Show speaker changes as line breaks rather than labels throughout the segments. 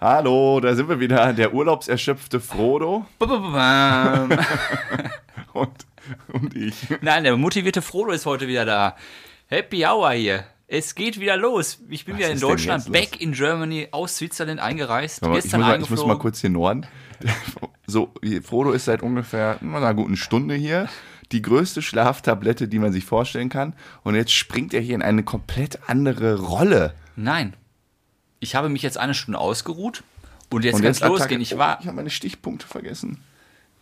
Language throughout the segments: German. Hallo, da sind wir wieder, der urlaubserschöpfte Frodo und, und ich.
Nein, der motivierte Frodo ist heute wieder da. Happy Hour hier. Es geht wieder los. Ich bin
Was
wieder in
ist denn
Deutschland,
jetzt los?
back in Germany, aus Switzerland eingereist.
Warte mal, Ich muss,
gestern
mal- ich muss mal
eingeflogen.
kurz hier norden. So, hier, Frodo ist seit ungefähr na, einer guten Stunde hier. Die größte Schlaftablette, die man sich vorstellen kann. Und jetzt springt er hier in eine komplett andere Rolle.
Nein. Ich habe mich jetzt eine Stunde ausgeruht und jetzt
Und
kann's
jetzt Attacke-
losgehen. Ich
Oh,
war,
ich habe meine Stichpunkte vergessen.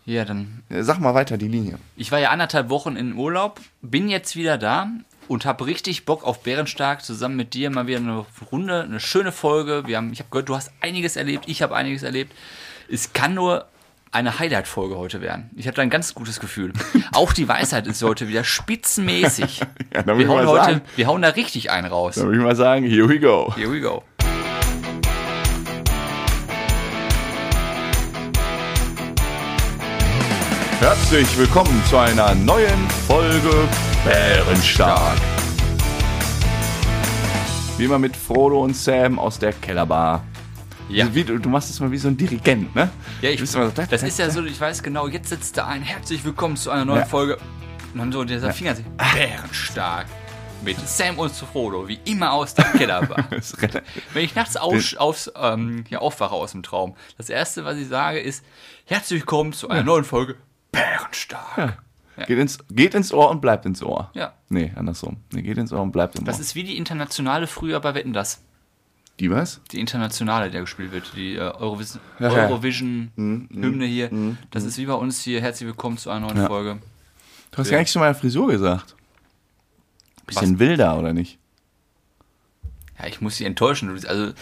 ja, dann
Äh, Sag mal weiter die Linie.
Ich war ja anderthalb Wochen in Urlaub, bin jetzt wieder da und habe richtig Bock auf Bärenstark zusammen mit dir mal wieder eine Runde, eine schöne Folge. Wir haben, ich habe gehört, du hast einiges erlebt, ich habe einiges erlebt. Es kann nur eine Highlight-Folge heute werden. Ich habe da ein ganz gutes Gefühl. Auch die Weisheit ist heute wieder spitzenmäßig.
Ja, dann will
Wir
ich
hauen,
mal
heute,
sagen,
wir hauen da richtig einen raus.
dann will ich mal sagen, here we go.
Here we go.
Herzlich willkommen zu einer neuen Folge Bärenstark. Wie immer mit Frodo und Sam aus der Kellerbar. Also
Ja.
Wie, du, du machst es mal wie so ein Dirigent, ne?
Ja, ich,
Du bist immer so-
das ist ja so, ich weiß genau, jetzt sitzt da ein. Herzlich willkommen zu einer neuen
Ja. Ah.
Folge. Und dann so dieser Finger sich bärenstark. Mit Sam und Frodo, wie immer aus der Kellerbar.
Das ist rela-
Wenn ich nachts aus, aufs, ähm, hier aufwache aus dem Traum, das erste, was ich sage, ist: Herzlich willkommen zu einer neuen Folge bärenstark.
Geht, ins, geht ins Ohr und bleibt ins Ohr.
Ja.
Nee, andersrum. Nee, geht ins Ohr und bleibt im
Das
Ohr.
ist wie die internationale früher bei Wetten das.
Die was?
Die internationale, der gespielt wird, die äh, Eurovis
Ja, ja.
Eurovision-Hymne hier. Das ist wie bei uns hier. Herzlich willkommen zu einer neuen
Ja.
Folge.
Du hast gar nichts zu meiner Frisur gesagt. Bisschen wilder, oder nicht?
Ja, ich muss sie enttäuschen. Du- Also,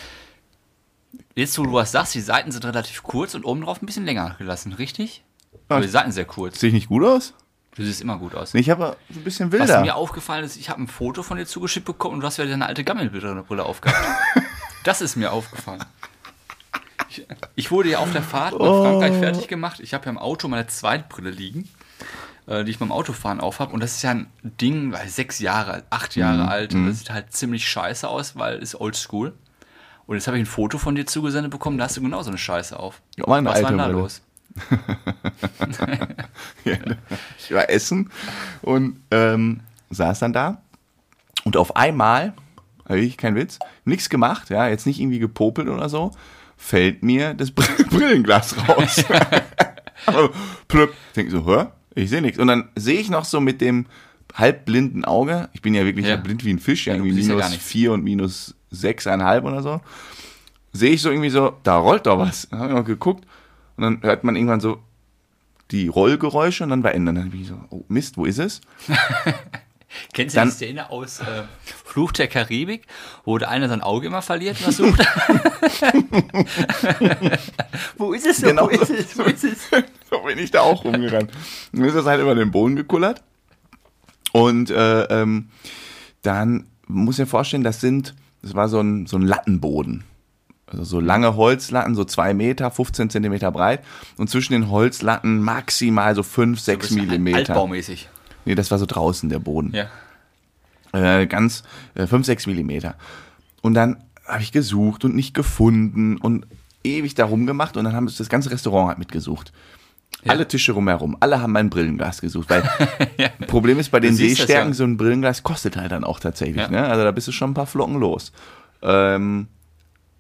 jetzt, wo du was sagst, die Seiten sind relativ kurz und oben drauf ein bisschen länger gelassen, richtig? Aber die Seiten sehr kurz.
Sehe ich nicht gut aus?
Du siehst immer gut aus.
Nee, ich habe ein bisschen
Was
wilder.
mir aufgefallen ist, ich habe ein Foto von dir zugeschickt bekommen und du hast wieder deine alte Gammelbrille aufgehabt. das ist mir aufgefallen. Ich, ich wurde ja auf der Fahrt nach
Oh.
Frankreich fertig gemacht. Ich habe ja im Auto meine Zweitbrille liegen, äh, die ich beim Autofahren aufhab. Und das ist ja ein Ding, weil sechs Jahre, alt, acht
Mhm.
Jahre alt, das sieht halt ziemlich scheiße aus, weil ist oldschool. Und jetzt habe ich ein Foto von dir zugesendet bekommen, da hast du genau so eine Scheiße auf.
Ja, meine
Was war
alte
denn da
Brille.
los?
ich war essen und ähm, saß dann da. Und auf einmal, ich kein Witz, nichts gemacht, ja, jetzt nicht irgendwie gepopelt oder so, fällt mir das Br- Brillenglas raus. Aber Plöpp. Ich denke so, hör, ich sehe nichts. Und dann sehe ich noch so mit dem halbblinden Auge, ich bin ja wirklich
Ja.
blind wie ein Fisch, ja,
Ja, du
irgendwie
siehst ja
minus
gar nichts.
vier und minus sechseinhalb oder so, sehe ich so irgendwie so, da rollt doch was. Dann habe ich noch geguckt und dann hört man irgendwann so die Rollgeräusche und dann war Ende. Und Dann bin ich so, oh Mist, wo ist es?
Kennst du
Dann-
die Szene aus äh, Fluch der Karibik, wo der einer sein Auge immer verliert und das sucht? wo ist es denn?
Genau
Wo ist
so.
es? Wo ist es?
so bin ich da auch rumgerannt. Und ist das halt über den Boden gekullert. Und äh, ähm, dann muss ich mir vorstellen, das sind, das war so ein, so ein Lattenboden. Also so lange Holzlatten, so zwei Meter, 15 Zentimeter breit. Und zwischen den Holzlatten maximal so fünf sechs Millimeter.
Altbaumäßig.
Nee, das war so draußen der Boden.
Ja.
Äh, ganz äh, 5, 6 Millimeter. Und dann habe ich gesucht und nicht gefunden und ewig darum gemacht und dann haben das ganze Restaurant hat mitgesucht. Alle Tische rumherum, alle haben mein Brillenglas gesucht, weil Problem ist, bei den
siehst das
Sehstärken
ja.
so ein Brillenglas kostet halt dann auch tatsächlich.
Ja.
Ne? Also da bist du schon ein paar Flocken los. Ähm,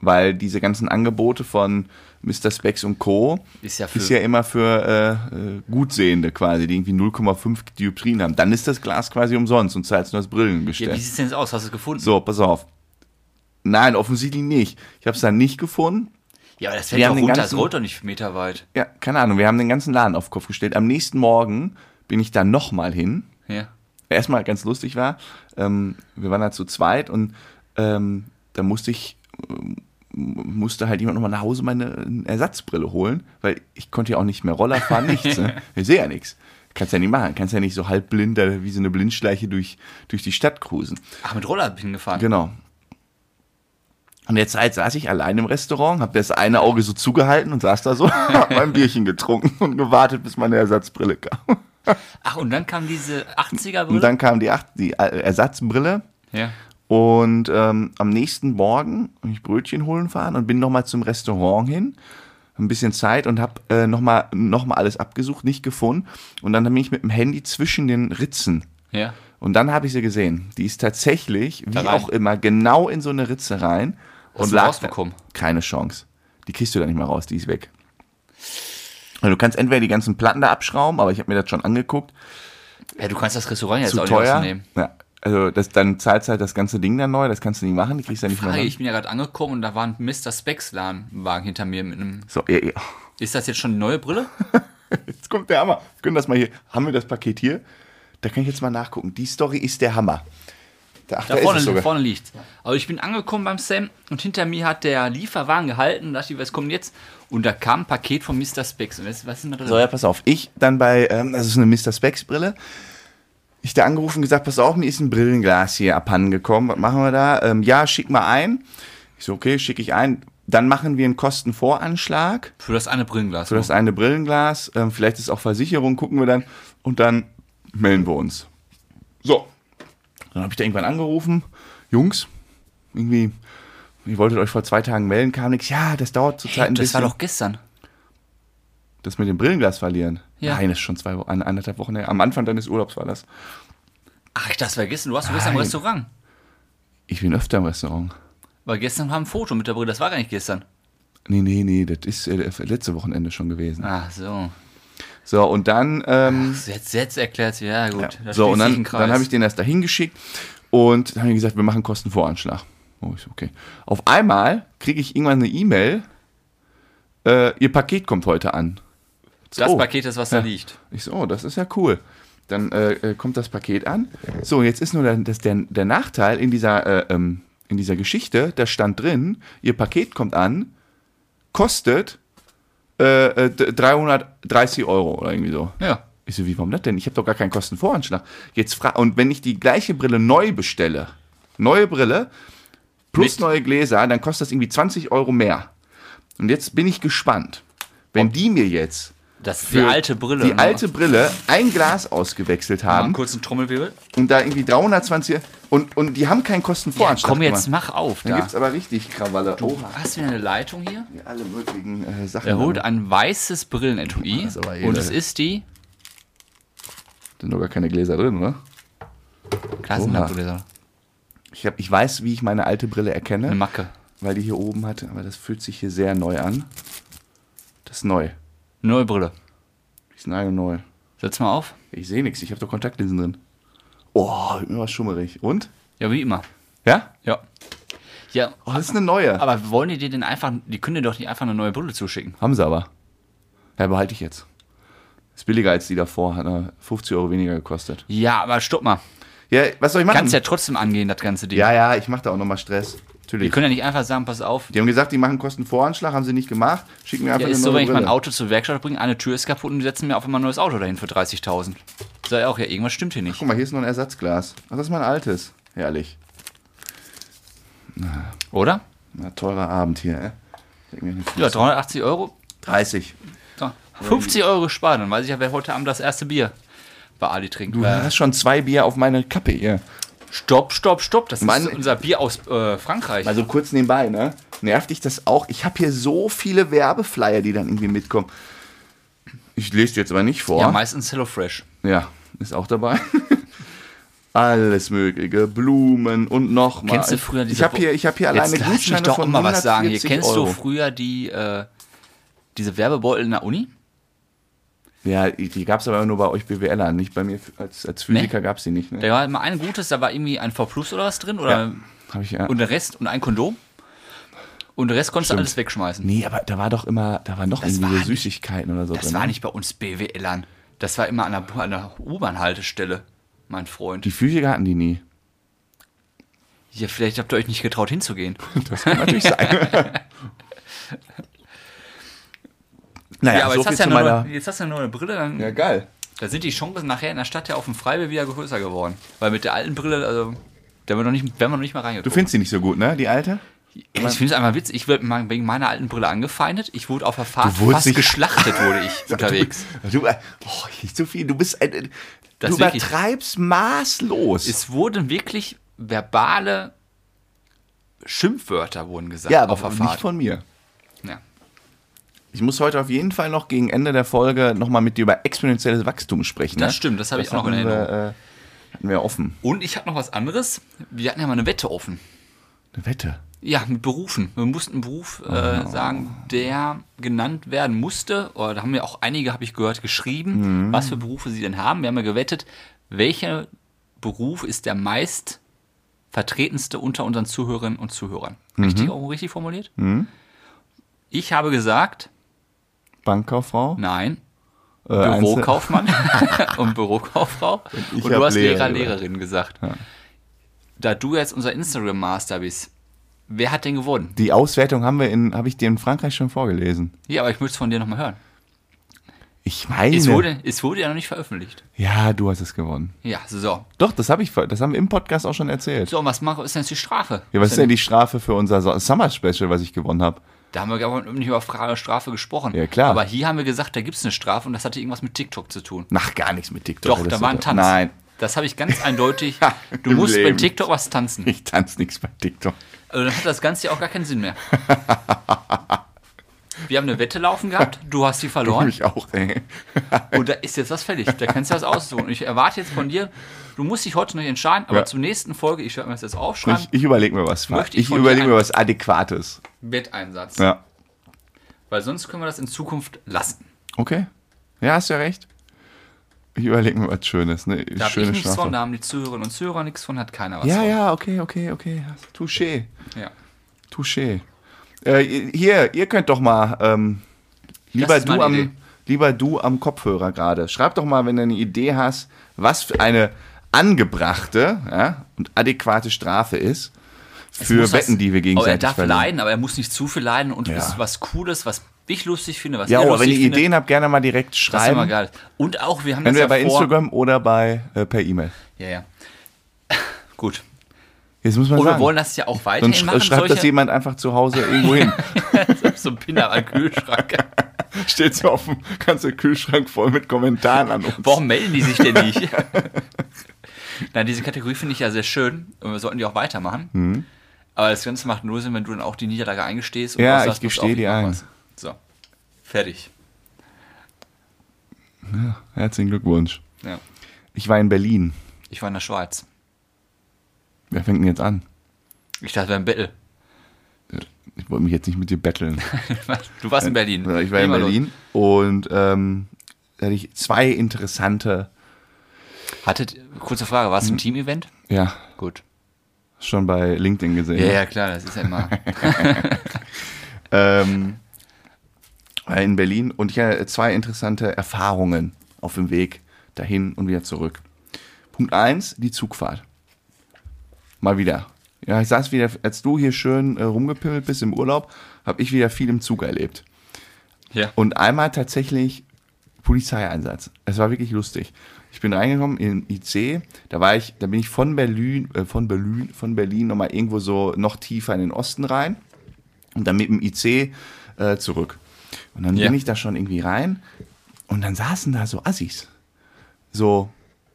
weil diese ganzen Angebote von Mr. Specs und Co.
Ist ja für-
ist ja immer für äh, äh, Gutsehende quasi, die irgendwie 0,5 Dioptrien haben. Dann ist das Glas quasi umsonst und zahlst nur das Brillengestell.
ja. Wie sieht es denn jetzt aus? Hast du es gefunden?
So, pass auf. Nein, offensichtlich nicht. Ich habe es dann nicht gefunden.
Ja, aber das
Wir
fällt doch
haben den
runter, das
ganzen-
rollt doch nicht meterweit.
Ja, keine Ahnung. Wir haben den ganzen Laden auf den Kopf gestellt. Am nächsten Morgen bin ich dann nochmal hin.
Ja.
Erstmal ganz lustig war, ähm, wir waren da zu zweit und ähm, da musste ich ähm, musste halt jemand nochmal nach Hause meine ähm, Ersatzbrille holen, weil ich konnte ja auch nicht mehr Roller fahren, nichts. Ne? Ich sehe ja nichts. Kannst ja nicht machen. Kannst ja nicht so halb blind, da wie so eine Blindschleiche durch, durch die Stadt cruisen.
Ach, mit Roller hingefahren.
Genau. Und jetzt halt saß ich allein im Restaurant, habe das eine Auge so zugehalten und saß da so, hab mein Bierchen getrunken und gewartet, bis meine Ersatzbrille kam.
Ach, und dann kam diese 80er-Brille?
Und dann kam die, acht, die äh, Ersatzbrille
ja.
Und ähm, am nächsten Morgen bin ich Brötchen holen fahren und bin nochmal zum Restaurant hin. Ein bisschen Zeit und habe äh, nochmal noch mal alles abgesucht, nicht gefunden. Und dann bin ich mit dem Handy zwischen den Ritzen.
Ja.
Und dann habe ich sie gesehen. Die ist tatsächlich, wie
Da rein.
auch immer, genau in so eine Ritze rein.
Hast
und
du
lag
rausbekommen?
Da. Keine Chance. Die kriegst du da nicht mehr raus, die ist weg. Also du kannst entweder die ganzen Platten da abschrauben, aber ich habe mir das schon angeguckt.
Ja, du kannst das Restaurant jetzt
Zu
auch nicht
teuer.
ausnehmen.
Ja, also das, dann zahlst halt das ganze Ding dann neu, das kannst du nicht machen, die kriegst du ja nicht mehr
Frage,
rein.
ich bin ja gerade angekommen und da war ein Mr. Specs Wagen hinter mir mit einem.
So, ja, ja.
Ist das jetzt schon die neue Brille?
Jetzt kommt der Hammer. Wir können das mal hier. Haben wir das Paket hier? Da kann ich jetzt mal nachgucken. Die Story ist der Hammer. Da, ach, da,
Da
ist es
vorne,
sogar.
vorne liegt. Aber ich bin angekommen beim Sam und hinter mir hat der Lieferwagen gehalten und dachte ich, was kommt jetzt? Und da kam ein Paket von Mr. Specs. Und jetzt, was ist denn da drin?
So, ja, pass auf. Ich dann bei, ähm, das ist eine Mr. Specs Brille. Ich da angerufen und gesagt, pass auf, mir ist ein Brillenglas hier abhanden gekommen. Was machen wir da? Ähm, ja, schick mal ein. Ich so, okay, schicke ich ein. Dann machen wir einen Kostenvoranschlag
Für das eine Brillenglas.
für das eine Brillenglas. Ähm, vielleicht ist auch Versicherung, gucken wir dann. Und dann melden wir uns. So. Dann habe ich da irgendwann angerufen. Jungs, irgendwie, ihr wolltet euch vor zwei Tagen melden, kam nichts. Ja, das dauert zurzeit
Hey,
ein
Oh, das
bisschen.
war doch gestern.
Das mit dem Brillenglas verlieren?
Ja.
Nein, das ist schon zwei Wochen, eine- anderthalb Wochen her. Am Anfang deines Urlaubs war das.
Ach, das war gestern. Du warst doch gestern im
Nein.
Restaurant.
Ich bin öfter im Restaurant.
Weil gestern war ein Foto mit der Brille. Das war gar nicht gestern.
Nee, nee, nee, das ist äh, letzte Wochenende schon gewesen.
Ach so.
So, und dann, ähm,
Jetzt, jetzt erklärt sie. Ja, gut. Da
so,
schließt
und
sich
dann,
ein Kreis.
dann habe ich den erst dahin geschickt und dann haben die gesagt, wir machen Kostenvoranschlag. Oh, ich so, okay. Auf einmal kriege ich irgendwann eine E-Mail, äh, ihr Paket kommt heute an.
das
Oh.
Paket ist, was
Ja.
da liegt.
Ich so, oh, das ist ja cool. Dann äh, äh, kommt das Paket an. So, jetzt ist nur der, das, der, der Nachteil in dieser, äh, ähm, in dieser Geschichte, da stand drin, ihr Paket kommt an, kostet äh, äh, d- 330 Euro oder irgendwie so.
Ja.
Ich so, wie, warum das denn? Ich habe doch gar keinen Kostenvoranschlag. Jetzt fra und wenn ich die gleiche Brille neu bestelle, neue Brille plus
Mit-
neue Gläser, dann kostet das irgendwie 20 Euro mehr. Und jetzt bin ich gespannt, wenn die mir jetzt
Das ist die
für
alte Brille.
Die
ne?
alte Brille, ein Glas ausgewechselt
Mal einen
haben
kurzen Trommelwirbel.
und da irgendwie 320 und, und die haben keinen
Ja,
Kostenvoranschlag.
komm jetzt,
gemacht.
mach auf.
Dann
Da.
gibt's aber richtig Krawalle. Oha,
Hast du wieder eine Leitung hier?
hier alle möglichen äh, Sachen.
Er holt
haben.
ein weißes Brillenetui
Das ist aber eh
und
geil.
es ist die
Sind doch gar keine Gläser drin, oder?
Klassenlampe oder so.
Ich, hab, ich weiß, wie ich meine alte Brille erkenne,
Eine Macke.
weil die hier oben hatte, aber das fühlt sich hier sehr neu an. Das ist neu.
Neue Brille.
Die ist nagelneu.
Setz mal auf.
Ich sehe nichts, ich habe doch Kontaktlinsen drin. Oh, mir war schummerig. Und?
Ja, wie immer.
Ja?
Ja. Ja,
Oh, das ist eine neue.
aber wollen die dir denn einfach, die können dir doch nicht einfach eine neue Brille zuschicken.
Haben sie aber. Ja, behalte ich jetzt. Ist billiger als die davor, hat äh, 50 Euro weniger gekostet.
Ja, aber stopp mal.
Ja, was soll ich machen?
Kannst ja trotzdem angehen, das ganze Ding.
Hm. ja, ja, ich mache da auch nochmal Stress.
Die
Natürlich.
können ja nicht einfach sagen, pass auf.
Die haben gesagt, die machen Kostenvoranschlag, haben sie nicht gemacht. Schicken mir einfach
Ja,
eine
ist so,
neue
wenn ich mein
Brille.
Auto zur Werkstatt bringe, eine Tür ist kaputt und die setzen mir auf einmal ein neues Auto dahin für 30.000. Sag ich auch, ja, irgendwas stimmt hier nicht.
Guck mal, hier ist noch ein Ersatzglas. Ach, das ist mein altes. Herrlich.
Oder?
Na, teurer Abend hier, ey. Denk mir nicht.
Ja, 380 Euro.
30.
So, 50 Euro gespart. Dann weiß ich ja, wer heute Abend das erste Bier bei Ali trinkt.
Du
Äh,
hast schon zwei Bier auf meine Kappe hier.
Stopp, stopp, stopp. Das
Mann.
ist unser Bier aus äh, Frankreich.
Also kurz nebenbei, ne? Nervt dich das auch? Ich habe hier so viele Werbeflyer, die dann irgendwie mitkommen. Ich lese die jetzt aber nicht vor.
ja, meistens HelloFresh.
Ja, ist auch dabei. Alles mögliche, Blumen und nochmal.
Kennst du früher diese
Ich habe hier, ich hab hier alleine
Jetzt lass mich
Gutscheine
doch
von
mal was sagen. Hier
140
kennst
Euro.
du früher die, äh, diese Werbebeutel in der Uni?
Ja, die gab es aber nur bei euch BWLern, nicht bei mir. Als, als Physiker gab's gab es die nicht. Ne?
Da war immer ein gutes, da war irgendwie ein V Plus oder was drin oder
Ja, hab ich ja.
und der Rest und ein Kondom. Und den Rest konntest du alles wegschmeißen.
nee, aber da war doch immer, da waren noch irgendwie
war
so
nicht-
Süßigkeiten oder so
Das
drin.
war
ne?
nicht bei uns BWLern. Das war immer an der, an der U-Bahn-Haltestelle, mein Freund.
Die Physiker hatten die nie.
Ja, vielleicht habt ihr euch nicht getraut hinzugehen.
Das kann natürlich sein. naja,
ja, aber
so
jetzt,
viel
hast du
zu
ja eine
meiner...
neue, jetzt hast du ja eine neue Brille, dann
Ja, geil.
Da sind die Chancen nachher in der Stadt ja auf dem Freibier wieder größer geworden. Weil mit der alten Brille, also, da wären wir noch nicht, wären wir noch nicht mal
Du
reingekommen.
findest die nicht so gut, ne, die alte?
Ey, ich finde es einfach witzig, ich wurde mal wegen meiner alten Brille angefeindet. Ich wurde auf der Fahrt
wurdest
fast
nicht-
geschlachtet, wurde ich unterwegs.
Du, äh, oh, nicht so viel. Du bist ein, äh,
Das
du
wirklich-
übertreibst maßlos.
Es wurden wirklich verbale Schimpfwörter wurden gesagt
Ja,
auf
aber
der
nicht
Fahrt.
von mir.
Ja.
Ich muss heute auf jeden Fall noch gegen Ende der Folge nochmal mit dir über exponentielles Wachstum sprechen.
Das
ne?
stimmt, das habe ich auch noch in
hatten
Erinnerung.
Wir, äh, hatten wir offen.
Und ich habe noch was anderes. Wir hatten ja mal eine Wette offen.
Eine Wette.
Ja, mit Berufen. Wir mussten einen Beruf äh, sagen, der genannt werden musste. Oder da haben ja auch einige, habe ich gehört, geschrieben,
Mhm.
was für Berufe sie denn haben. Wir haben ja gewettet, welcher Beruf ist der meist vertretenste unter unseren Zuhörerinnen und Zuhörern.
Mhm.
Richtig, auch richtig formuliert? Ich habe gesagt,
Bankkauffrau?
nein,
Äh, Einzel-
Bürokaufmann und Bürokauffrau.
ich
Und,
hab
du hast
Lehrer
Lehrer,
gesagt.
Lehrerin gesagt. Da du jetzt unser Instagram-Master bist, wer hat denn gewonnen?
Die Auswertung haben wir in, habe ich dir in Frankreich schon vorgelesen.
Ja, aber ich möchte es von dir nochmal hören.
Ich meine.
Es wurde, es wurde ja noch nicht veröffentlicht.
Ja, du hast es gewonnen.
Ja, so.
Doch, das habe ich, ver- das haben wir im Podcast auch schon erzählt.
So, und was machen, ist denn jetzt die Strafe?
Ja, was ist denn die Strafe für unser So- Summer Special, was ich gewonnen habe?
Da haben wir gar nicht über Frage Strafe gesprochen.
Ja, klar.
Aber hier haben wir gesagt, da gibt es eine Strafe und das hatte irgendwas mit TikTok zu tun.
Nach gar nichts mit TikTok.
Doch,
hat das
da war
zu
ein
tun.
Tanz.
Nein,
Das habe ich ganz eindeutig. Du
Im
musst
Leben.
bei TikTok was tanzen.
ich tanze nichts bei TikTok.
Also dann hat das Ganze ja auch gar keinen Sinn mehr. Wir haben eine Wette laufen gehabt, du hast sie verloren
Mich auch, ey.
und da ist jetzt was fällig. Da kannst du das aussuchen. Und ich erwarte jetzt von dir, du musst dich heute noch entscheiden, aber
Ja.
zur nächsten Folge, ich werde mir das jetzt aufschreiben,
Ich, ich überlege mir was.
Möchte ich
ich
von dir
überlege mir
ein-
was Adäquates.
Wetteinsatz.
Ja.
Weil sonst können wir das in Zukunft lassen.
Okay. Ja, hast ja recht. Ich überlege mir was Schönes. Ne?
Da habe ich
Schöne
nichts von,
Strafe.
da haben die Zuhörerinnen und Zuhörer nichts von, hat keiner was
Ja, ja, okay, okay, okay. Touché.
von. Ja.
Touché. Äh, hier, ihr könnt doch mal, ähm, lieber,
ist mal
du
eine Idee.
am, lieber du am Kopfhörer gerade, schreib doch mal, wenn du eine Idee hast, was für eine angebrachte ja, und adäquate Strafe ist für
Muss das-
Wetten, die wir
aber Er
gegenseitig
darf
verleihen.
leiden, aber er muss nicht zu viel leiden und
Ja.
ist was Cooles, was ich lustig finde, was
Ja,
ihr
aber wenn
lustig
ihr
findet,
Ideen habt, gerne mal direkt
das ist immer
schreiben.
geil. Und auch, wir haben das
Entweder
ja
bei
vor,
Instagram oder bei äh, per E-Mail.
Ja, ja. Gut.
Jetzt muss man
Und wir
sagen.
wollen das ja auch weiterhin
Sonst sch
machen.
schreibt das
solche,
jemand einfach zu Hause irgendwo hin.
so ein Pinner an den Kühlschrank.
Steht so auf dem ganzen Kühlschrank voll mit Kommentaren an uns.
Warum melden die sich denn nicht? Nein, diese Kategorie finde ich ja sehr schön und wir sollten die auch weitermachen.
Mhm.
Aber das Ganze macht nur Sinn, wenn du dann auch die Niederlage eingestehst. Und
Ja,
auch
ich
pass
gestehe
auf,
die
mach
ein.
was. So, fertig.
Herzlichen Glückwunsch.
Ja.
Ich war in Berlin.
Ich war in der Schweiz.
Wer fängt denn jetzt an?
Ich dachte, wir waren im Battle.
Ich wollte mich jetzt nicht mit dir betteln.
Du warst in Berlin.
Ich war in
Geh mal
Berlin und ähm, da hatte ich zwei interessante,
los. Hattet, kurze Frage, war es ein
Mhm.
Team-Event?
ja,
Gut.
schon bei LinkedIn gesehen.
Ja, ja, klar, das ist ja immer.
Ähm, war in Berlin und ich hatte zwei interessante Erfahrungen auf dem Weg dahin und wieder zurück. Punkt eins: die Zugfahrt. Mal wieder. Ja, ich saß wieder, als du hier schön äh, rumgepimmelt bist im Urlaub, habe ich wieder viel im Zug erlebt.
ja.
Und einmal tatsächlich Polizeieinsatz. Es war wirklich lustig. Ich bin reingekommen in IC, da war ich, da bin ich von Berlin, äh, von Berlin, von Berlin nochmal irgendwo so noch tiefer in den Osten rein und dann mit dem IC äh, zurück. Und dann
Ja.
bin ich da schon irgendwie rein und dann saßen da so Assis. So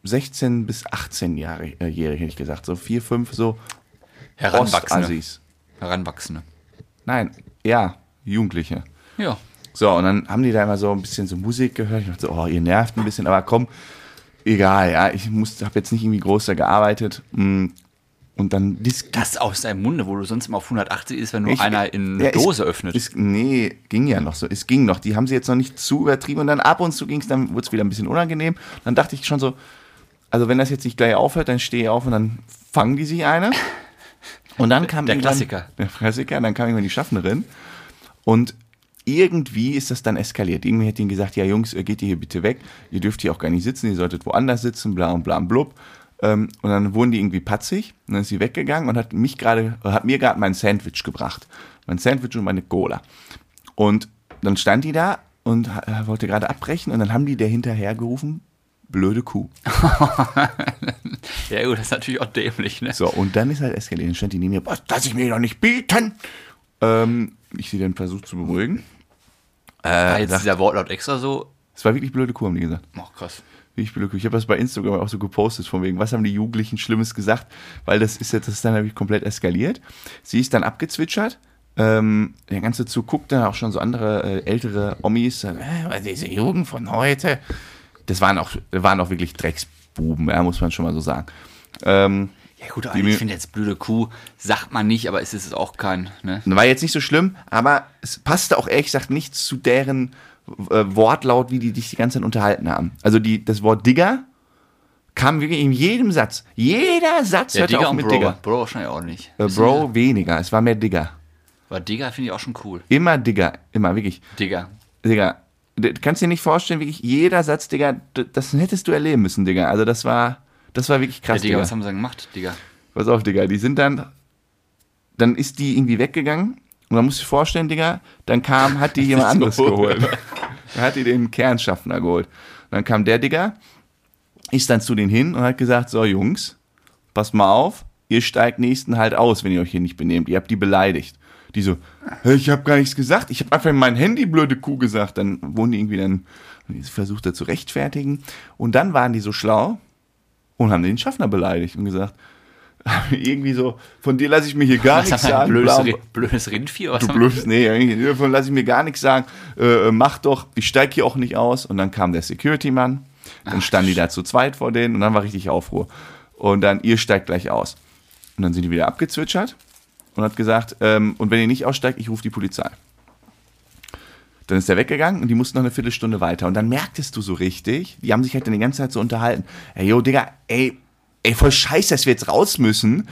16 bis 18 Jahre, äh, Jährige, hätte ich gesagt. So 4, 5, so
Heranwachsende.
Ostassis.
Heranwachsende.
Nein, ja, Jugendliche.
Ja.
So, und dann haben die da immer so ein bisschen so Musik gehört. Ich dachte so, oh, ihr nervt ein bisschen, aber komm, egal, ja, ich habe jetzt nicht irgendwie groß da gearbeitet. mm, Und dann Dis
Das aus deinem Munde, wo du sonst immer auf 180 ist, wenn nur
Ich-
einer in eine
Ja, es-
Dose öffnet.
Es, nee, ging ja noch so. Es ging noch. Die haben sie jetzt noch nicht zu übertrieben und dann ab und zu ging es, dann wurde es wieder ein bisschen unangenehm. Dann dachte ich schon so, also wenn das jetzt nicht gleich aufhört, dann stehe ich auf und dann fangen die sich eine. Und dann kam
Der
irgendwann-
Klassiker.
Der Klassiker, dann kam irgendwann die Schaffnerin und irgendwie ist das dann eskaliert. Irgendwie hat ihnen gesagt, ja Jungs, äh, geht ihr hier bitte weg, ihr dürft hier auch gar nicht sitzen, ihr solltet woanders sitzen, bla und bla und blub. Ähm, Und dann wurden die irgendwie patzig und dann ist sie weggegangen und hat mich gerade, äh, hat mir gerade mein Sandwich gebracht. Mein Sandwich und meine Cola. Und dann stand die da und äh, wollte gerade abbrechen und dann haben die der hinterher gerufen, blöde Kuh.
Ja, gut, das ist natürlich auch dämlich, ne?
So, und dann ist halt eskaliert. Dann stand die neben mir, was, lass ich mir doch nicht bieten. Ähm, ich sie dann versucht zu beruhigen.
Äh, War jetzt dieser Wortlaut extra so.
Es war wirklich blöde Kuh, haben die gesagt.
Ach, krass.
Bin ich beglückt. Ich habe das bei Instagram auch so gepostet, von wegen, was haben die Jugendlichen Schlimmes gesagt, weil das ist jetzt, das ist dann natürlich komplett eskaliert. Sie ist dann abgezwitschert. Ähm, der ganze Zug guckt dann auch schon so andere äh, ältere Omis, äh, weil diese Jugend von heute. Das waren auch, waren auch wirklich Drecksbuben, ja, muss man schon mal so sagen. Ähm,
Ja gut,
Die
aber
mir-
ich finde jetzt blöde Kuh, sagt man nicht, aber es ist auch kein, ne?
War jetzt nicht so schlimm, aber es passte auch ehrlich gesagt nicht zu deren äh, Wortlaut, wie die dich die ganze Zeit unterhalten haben. Also die, das Wort Digger kam wirklich in jedem Satz. Jeder Satz
Ja,
hörte
Digger
auf
und
mit
Bro.
Digger.
Bro wahrscheinlich auch nicht.
Äh, Bro weniger, es war mehr Digger.
Aber Digger finde ich auch schon cool.
Immer Digger, immer, wirklich.
Digger.
Digger, du kannst dir nicht vorstellen, wirklich jeder Satz, Digger, d- das hättest du erleben müssen, Digger. Also das war, das war wirklich
Ja,
krass,
Digger,
Digga.
was haben sie denn gemacht, Digger?
Pass auf, Digga, die sind dann, dann ist die irgendwie weggegangen und man muss sich vorstellen, Digga, dann kam, hat die jemand anderes
geholt.
geholt. Dann hat die den Kernschaffner geholt. Und dann kam der Digga, ist dann zu denen hin und hat gesagt, so Jungs, passt mal auf, ihr steigt nächsten halt aus, wenn ihr euch hier nicht benehmt. Ihr habt die beleidigt. Die so, "Hä, ich habe gar nichts gesagt, ich habe einfach in mein Handy blöde Kuh gesagt. Dann wurden die irgendwie dann versucht, da zu rechtfertigen. Und dann waren die so schlau und haben den Schaffner beleidigt und gesagt, irgendwie so, von dir lasse ich mir hier gar
Was
nichts
haben wir, ein
sagen.
blödes,
bla,
Ri- blödes Rindvieh? oder Was
Du
haben wir-
blödes, nee, irgendwie, davon lasse ich mir gar nichts sagen. Äh, äh, mach doch, ich steig hier auch nicht aus. Und dann kam der Security-Mann, dann standen die da zu zweit vor denen und dann war richtig Aufruhr. Und dann, ihr steigt gleich aus. Und dann sind die wieder abgezwitschert und hat gesagt, ähm, und wenn ihr nicht aussteigt, ich rufe die Polizei. Dann ist er weggegangen und die mussten noch eine Viertelstunde weiter. Und dann merktest du so richtig, die haben sich halt dann die ganze Zeit so unterhalten. Ey, yo, Digga, ey, ey, voll scheiße, dass wir jetzt raus müssen.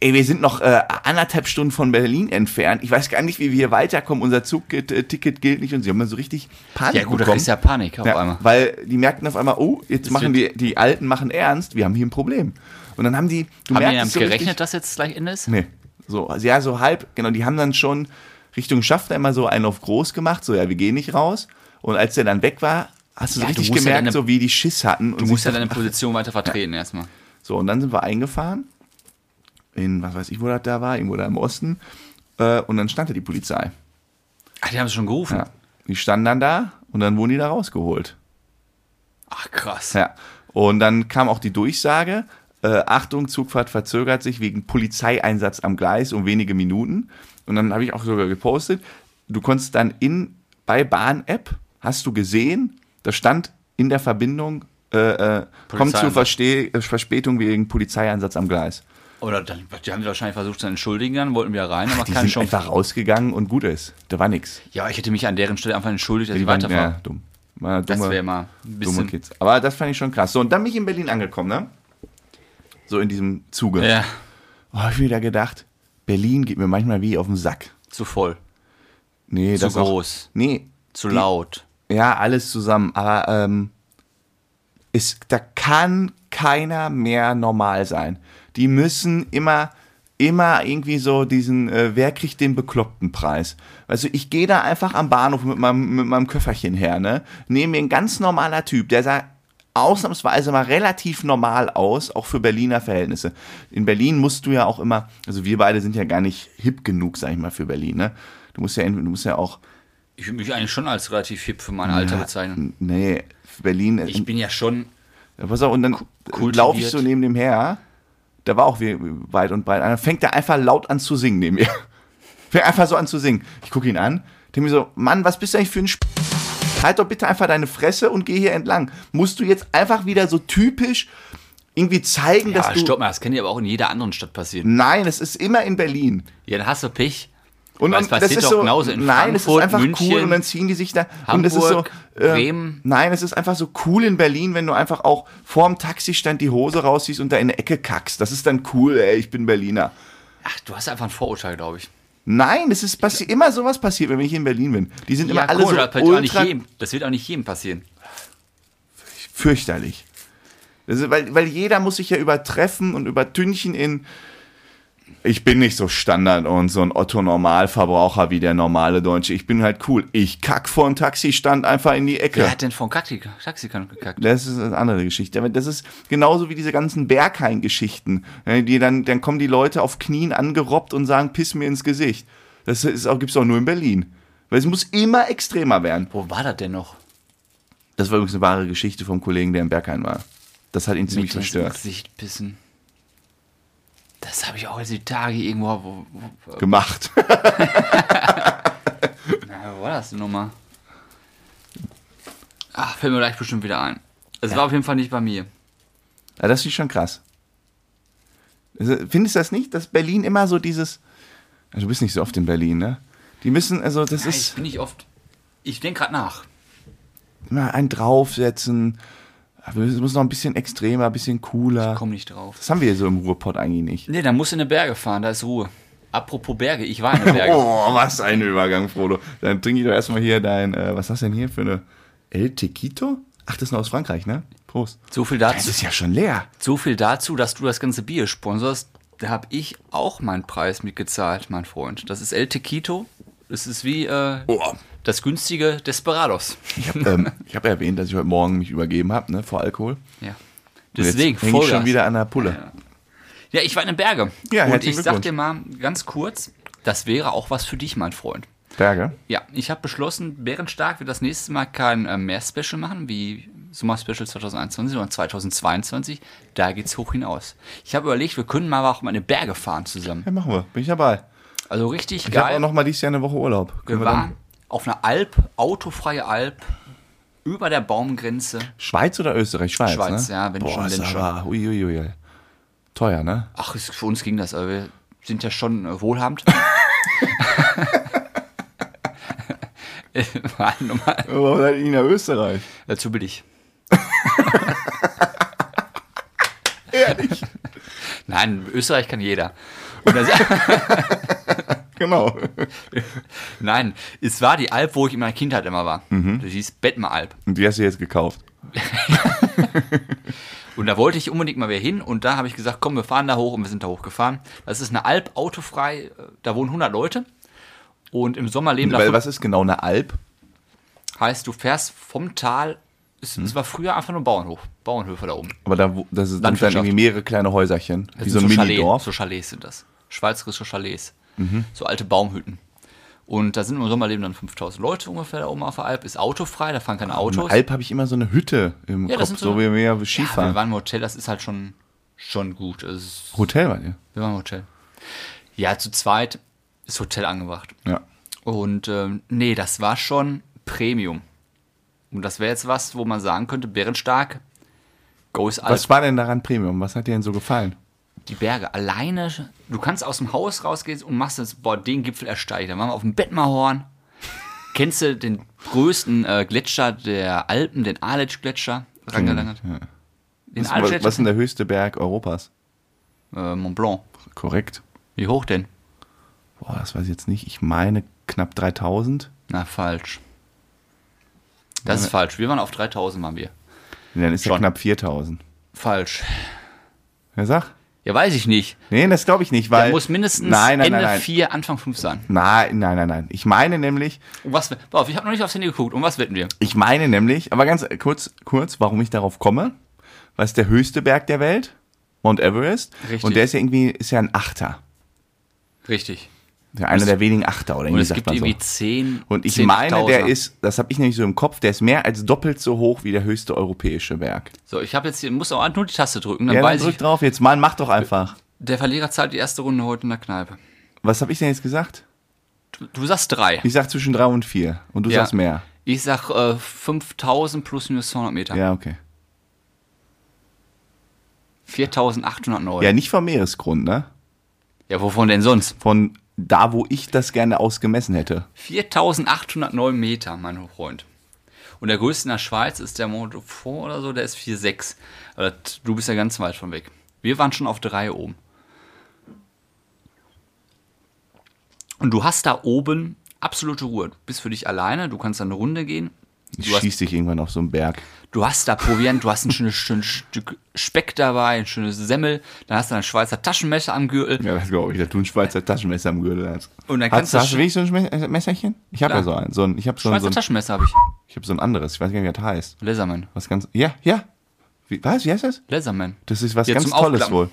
Ey, wir sind noch äh, anderthalb Stunden von Berlin entfernt. Ich weiß gar nicht, wie wir hier weiterkommen. Unser Zugticket äh, gilt nicht. Und sie haben dann so richtig Panik
Ja gut, da
bekommen.
kriegst du ja Panik auf einmal.
Weil die merkten auf einmal, oh, jetzt machen die,
wird-
die Alten machen ernst, wir haben hier ein Problem. Und dann haben die, du
Haben die
merkst
damit
so
gerechnet,
richtig,
dass jetzt gleich Ende ist?
Nee. So, also ja, so halb, genau, die haben dann schon Richtung Schaffner immer so einen auf groß gemacht, so, ja, wir gehen nicht raus. Und als der dann weg war, hast du so
Ja, du
richtig
musst ja
gemerkt,
deine-
so wie die Schiss hatten.
Du musst ja deine Position weiter vertreten erstmal.
So, und dann sind wir eingefahren. In, was weiß ich, wo das da war, irgendwo da im Osten. Äh, und dann stand da die Polizei.
Ach, die haben es schon gerufen.
Ja. Die standen dann da und dann wurden die da rausgeholt.
Ach krass.
Ja. Und dann kam auch die Durchsage: äh, Achtung, Zugfahrt verzögert sich wegen Polizeieinsatz am Gleis um wenige Minuten. Und dann habe ich auch sogar gepostet. Du konntest dann in bei Bahn-App hast du gesehen, da stand in der Verbindung äh, äh, kommt zur Verste äh, Verspätung wegen Polizeieinsatz am Gleis.
Oder dann, die haben sich wahrscheinlich versucht zu entschuldigen, dann wollten wir rein, aber
Die
keine
sind
Chance.
einfach rausgegangen und gut ist. Da war nichts.
Ja, ich hätte mich an deren Stelle einfach entschuldigt, dass ich
Die waren
weiterfahre.
ja, dumm. War
Das
dumme-
wäre mal ein
dumme
bisschen.
Kids. Aber das fand ich schon krass. So, und dann bin ich in Berlin angekommen, ne? So in diesem Zuge.
Ja,
Oh, hab ich mir wieder gedacht, Berlin geht mir manchmal wie auf den Sack.
zu voll,
Nee,
zu
das auch-
groß,
Nee,
zu laut.
ja, alles zusammen. Aber ähm, es, da kann keiner mehr normal sein. Die müssen immer, immer irgendwie so diesen, äh, wer kriegt den bekloppten Preis? Also ich gehe da einfach am Bahnhof mit meinem, mit meinem Köfferchen her, ne? Nehme mir ein ganz normaler Typ, der sah ausnahmsweise mal relativ normal aus, auch für Berliner Verhältnisse. In Berlin musst du ja auch immer, also wir beide sind ja gar nicht hip genug, sag ich mal, für Berlin, ne? Du musst ja, ent- du musst ja auch
Ich würde mich eigentlich schon als relativ hip für mein Alter bezeichnen.
N- Nee, Berlin.
Ich bin ja schon.
Ja, pass auf, und dann
kultiviert.
laufe ich so neben dem her. Da war auch wie- weit und breit. einer. Dann fängt er einfach laut an zu singen neben mir. Fängt einfach so an zu singen. Ich gucke ihn an, denke mir so, Mann, was bist du eigentlich für ein Sp Halt doch bitte einfach deine Fresse und geh hier entlang. Musst du jetzt einfach wieder so typisch irgendwie zeigen, dass
Ja,
du...
stopp mal, das kann dir aber auch in jeder anderen Stadt passieren.
Nein, es ist immer in Berlin.
Ja, dann hast du Pech.
Und
Weil es passiert doch genauso in
nein, es ist
Frankfurt,
einfach cool
München,
und dann ziehen die sich da und es ist so
Hamburg,
äh,
Bremen.
Nein, es ist einfach so cool in Berlin, wenn du einfach auch vorm Taxistand die Hose rausziehst und da in eine Ecke kackst. Das ist dann cool, ey, ich bin Berliner.
Ach, du hast einfach ein Vorurteil, glaube ich.
Nein, es ist passi immer sowas passiert, wenn ich in Berlin bin. Die sind immer alle
komisch, das, wird
so
auch nicht
ultra
jedem, das wird auch nicht jedem passieren.
fürchterlich. Das ist, weil, weil jeder muss sich ja übertreffen und übertünchen in ich bin nicht so Standard und so ein Otto-Normalverbraucher wie der normale Deutsche. Ich bin halt cool. Ich kack vor dem Taxistand einfach in die Ecke.
Wer hat denn von Taxi, Taxikern gekackt?
Das ist eine andere Geschichte. Aber das ist genauso wie diese ganzen Berghain-Geschichten. Ja, Die dann, dann kommen die Leute auf Knien angerobbt und sagen, piss mir ins Gesicht. Das ist auch, gibt's auch nur in Berlin. Weil es muss immer extremer werden.
Wo war das denn noch?
Das war übrigens eine wahre Geschichte vom Kollegen, der im Berghain war. Das hat ihn ziemlich
Mich ins
verstört.
Gesicht bissen. Das habe ich auch jetzt die Tage irgendwo. Wo, wo,
Gemacht.
na, wo war das denn nochmal? Ach, fällt mir gleich bestimmt wieder ein. Es war auf jeden Fall nicht bei mir.
Ja, das ist schon krass. Also, Findest du das nicht, dass Berlin immer so dieses. Also, du bist nicht so oft in Berlin, ne? Die müssen, also, das
Ich
ist
bin nicht oft. Ich denke gerade nach.
immer ein draufsetzen. Aber es muss noch ein bisschen extremer, ein bisschen cooler.
Komm nicht drauf.
Das haben wir hier so im Ruhrpott eigentlich nicht.
Nee, da musst du in die Berge fahren, da ist Ruhe. Apropos Berge, ich war in den Bergen.
Oh, was ein Übergang, Frodo. Dann trinke ich doch erstmal hier dein. Äh, was hast du denn hier für eine. El Tequito? Ach, das ist noch aus Frankreich, ne? Prost.
So viel
Es
dazu.
ist ja schon leer.
So viel dazu, dass du das ganze Bier sponsorst. Da habe ich auch meinen Preis mitgezahlt, mein Freund. Das ist El Tequito. Das ist wie äh,
Oh.
das günstige Desperados.
Ich habe ähm, ich hab erwähnt, dass ich heute Morgen mich übergeben habe, ne? Vor Alkohol.
Ja.
Und jetzt
Deswegen,
häng ich schon
Vollgas. Ah,
wieder an der Pulle.
Ja, ich war in den Bergen.
Ja,
Und
herzlichen
ich sag
Glückwunsch.
dir mal ganz kurz, das wäre auch was für dich, mein Freund.
Berge.
Ja, ich habe beschlossen, Bärenstark wird das nächste Mal kein äh, Mehr-Special machen, wie Sommer-Special 2021, sondern 2022. Da geht's hoch hinaus. Ich habe überlegt, wir können mal auch mal in die Berge fahren zusammen.
Ja, machen wir. Bin ich dabei.
Also richtig
Ich habe auch
geil.
noch mal dieses Jahr eine Woche Urlaub.
wir
Können
waren auf einer Alp, autofreie Alp, über der Baumgrenze.
Schweiz oder Österreich? Schweiz,
Schweiz,
ne?
ja, wenn
Boah,
schon,
ist
denn schon.
aber Uiuiui. Teuer, ne?
Ach, ist, für uns ging das, aber wir sind ja schon äh, wohlhabend. Äh, mal, mal,
Warum seid ihr nach Österreich?
dazu bin ich.
Ehrlich?
Nein, Österreich kann jeder. Und das,
genau.
Nein, es war die Alp, wo ich in meiner Kindheit immer war. Das hieß Bettmeralp.
Und die hast du jetzt gekauft.
Und da wollte ich unbedingt mal wieder hin und da habe ich gesagt, komm, wir fahren da hoch und wir sind da hochgefahren. Das ist eine Alp, autofrei, äh, da wohnen 100 Leute und im Sommer leben
Weil
da
was ist genau eine Alp?
heißt, du fährst vom Tal, es, es war früher einfach nur Bauernhof, Bauernhöfe da oben.
Aber da wo- das sind dann
Landwirtschaft.
irgendwie mehrere kleine Häuserchen.
Das
wie so
sind
ein
Chalets,
Minidorf.
So Chalets sind das. Schweizerische Chalets. So alte Baumhütten. Und da sind im Sommer leben dann 5000 Leute ungefähr da oben auf der Alp. Ist autofrei, da fahren keine Autos.
Eine Ah, Alp habe ich immer so eine Hütte im
Ja,
Kopf,
das sind
so,
so-
wie wir
Ja,
Skifahren.
wir waren im Hotel, das ist halt schon, schon gut. Also, es-
Hotel war ihr.
wir waren im Hotel. Ja, zu zweit ist Hotel angebracht.
Ja.
Und ähm, nee, das war schon Premium. Und das wäre jetzt was, wo man sagen könnte, Bärenstark, goes
Was
alles.
war denn daran Premium? Was hat dir denn so gefallen?
Die Berge alleine, du kannst aus dem Haus rausgehen und machst das, boah, den Gipfel ersteige ich. Dann waren wir auf dem Bettmerhorn. Kennst du den größten äh, Gletscher der Alpen, den Aletsch-Gletscher? Rangelangert.
Ja. Was,
Den
was Hm. ist
Aletsch-Gletscher?
denn der höchste Berg Europas?
Äh, Mont Blanc.
Korrekt.
Wie hoch denn?
Boah, das weiß ich jetzt nicht. Ich meine knapp 3000.
Na, falsch. Das ist falsch. Wir waren auf 3000, waren wir.
Nee, dann ist er
Schon.
knapp 4000.
Falsch.
Ja, sag.
Ja, weiß ich nicht.
Nee, das glaube ich nicht,
Da
weil.
muss mindestens
nein, nein,
Ende
nein, nein.
4, Anfang 5 sein.
Nein, nein, nein, nein. Ich meine nämlich,
Und was, pass auf, ich habe noch nicht aufs Handy geguckt. Und was wetten wir?
ich meine nämlich, aber ganz kurz, kurz, warum ich darauf komme. Was ist der höchste Berg der Welt? Mount Everest.
Richtig.
Und der ist ja irgendwie, ist ja ein Achter.
Richtig.
Ja, einer der wenigen Achter oder
Und
irgendwie
es
sagt
gibt
man so.
irgendwie 10.
Und ich meine, der
10.000er.
ist, das habe ich nämlich so im Kopf, der ist mehr als doppelt so hoch wie der höchste europäische Berg.
So, ich habe jetzt hier, muss auch halt nur die Taste drücken. Dann
Ja, dann
weiß
drück
ich,
drauf jetzt mal, mach doch einfach.
der Verlierer zahlt die erste Runde heute in der Kneipe.
Was habe ich denn jetzt gesagt?
Du, du sagst 3.
Ich sag zwischen drei und vier und du
Ja.
sagst mehr.
Ich sag äh, 5000 plus minus 200 Meter.
Ja, okay.
4809.
Ja,
Ja.
nicht vom Meeresgrund, ne?
wovon denn sonst?
Von da, wo ich das gerne ausgemessen hätte.
4809 Meter, mein Freund. Und der größte in der Schweiz ist der Mont Fort oder so, der ist 4,6. Aber das- du bist ja ganz weit von weg. Wir waren schon auf 3 oben. Und du hast da oben absolute Ruhe. Du bist für dich alleine, du kannst da eine Runde gehen.
Ich
Du hast-
schieß dich irgendwann auf so einen Berg.
Du hast da Proviant, du hast ein schönes, schönes Stück Speck dabei, ein schönes Semmel, dann hast du ein Schweizer Taschenmesser am Gürtel.
Ja, das glaube ich. Da tun Schweizer Taschenmesser am Gürtel. Hast,
Und dann
hast,
kannst
du,
du
hast du
sch-
wirklich so ein Schme- äh, Messerchen? Ich habe
Klar.
ja so ein. So ein ich habe so, ein-
Schweizer
so, ein-
Taschenmesser habe ich.
ich hab so ein anderes. Ich weiß gar nicht, wie das heißt.
Laserman.
Was ganz. Ja, ja. Wie, was? Wie heißt das?
Laserman.
Das ist was
Ja,
ganz
zum
Tolles
Aufklappen.
wohl.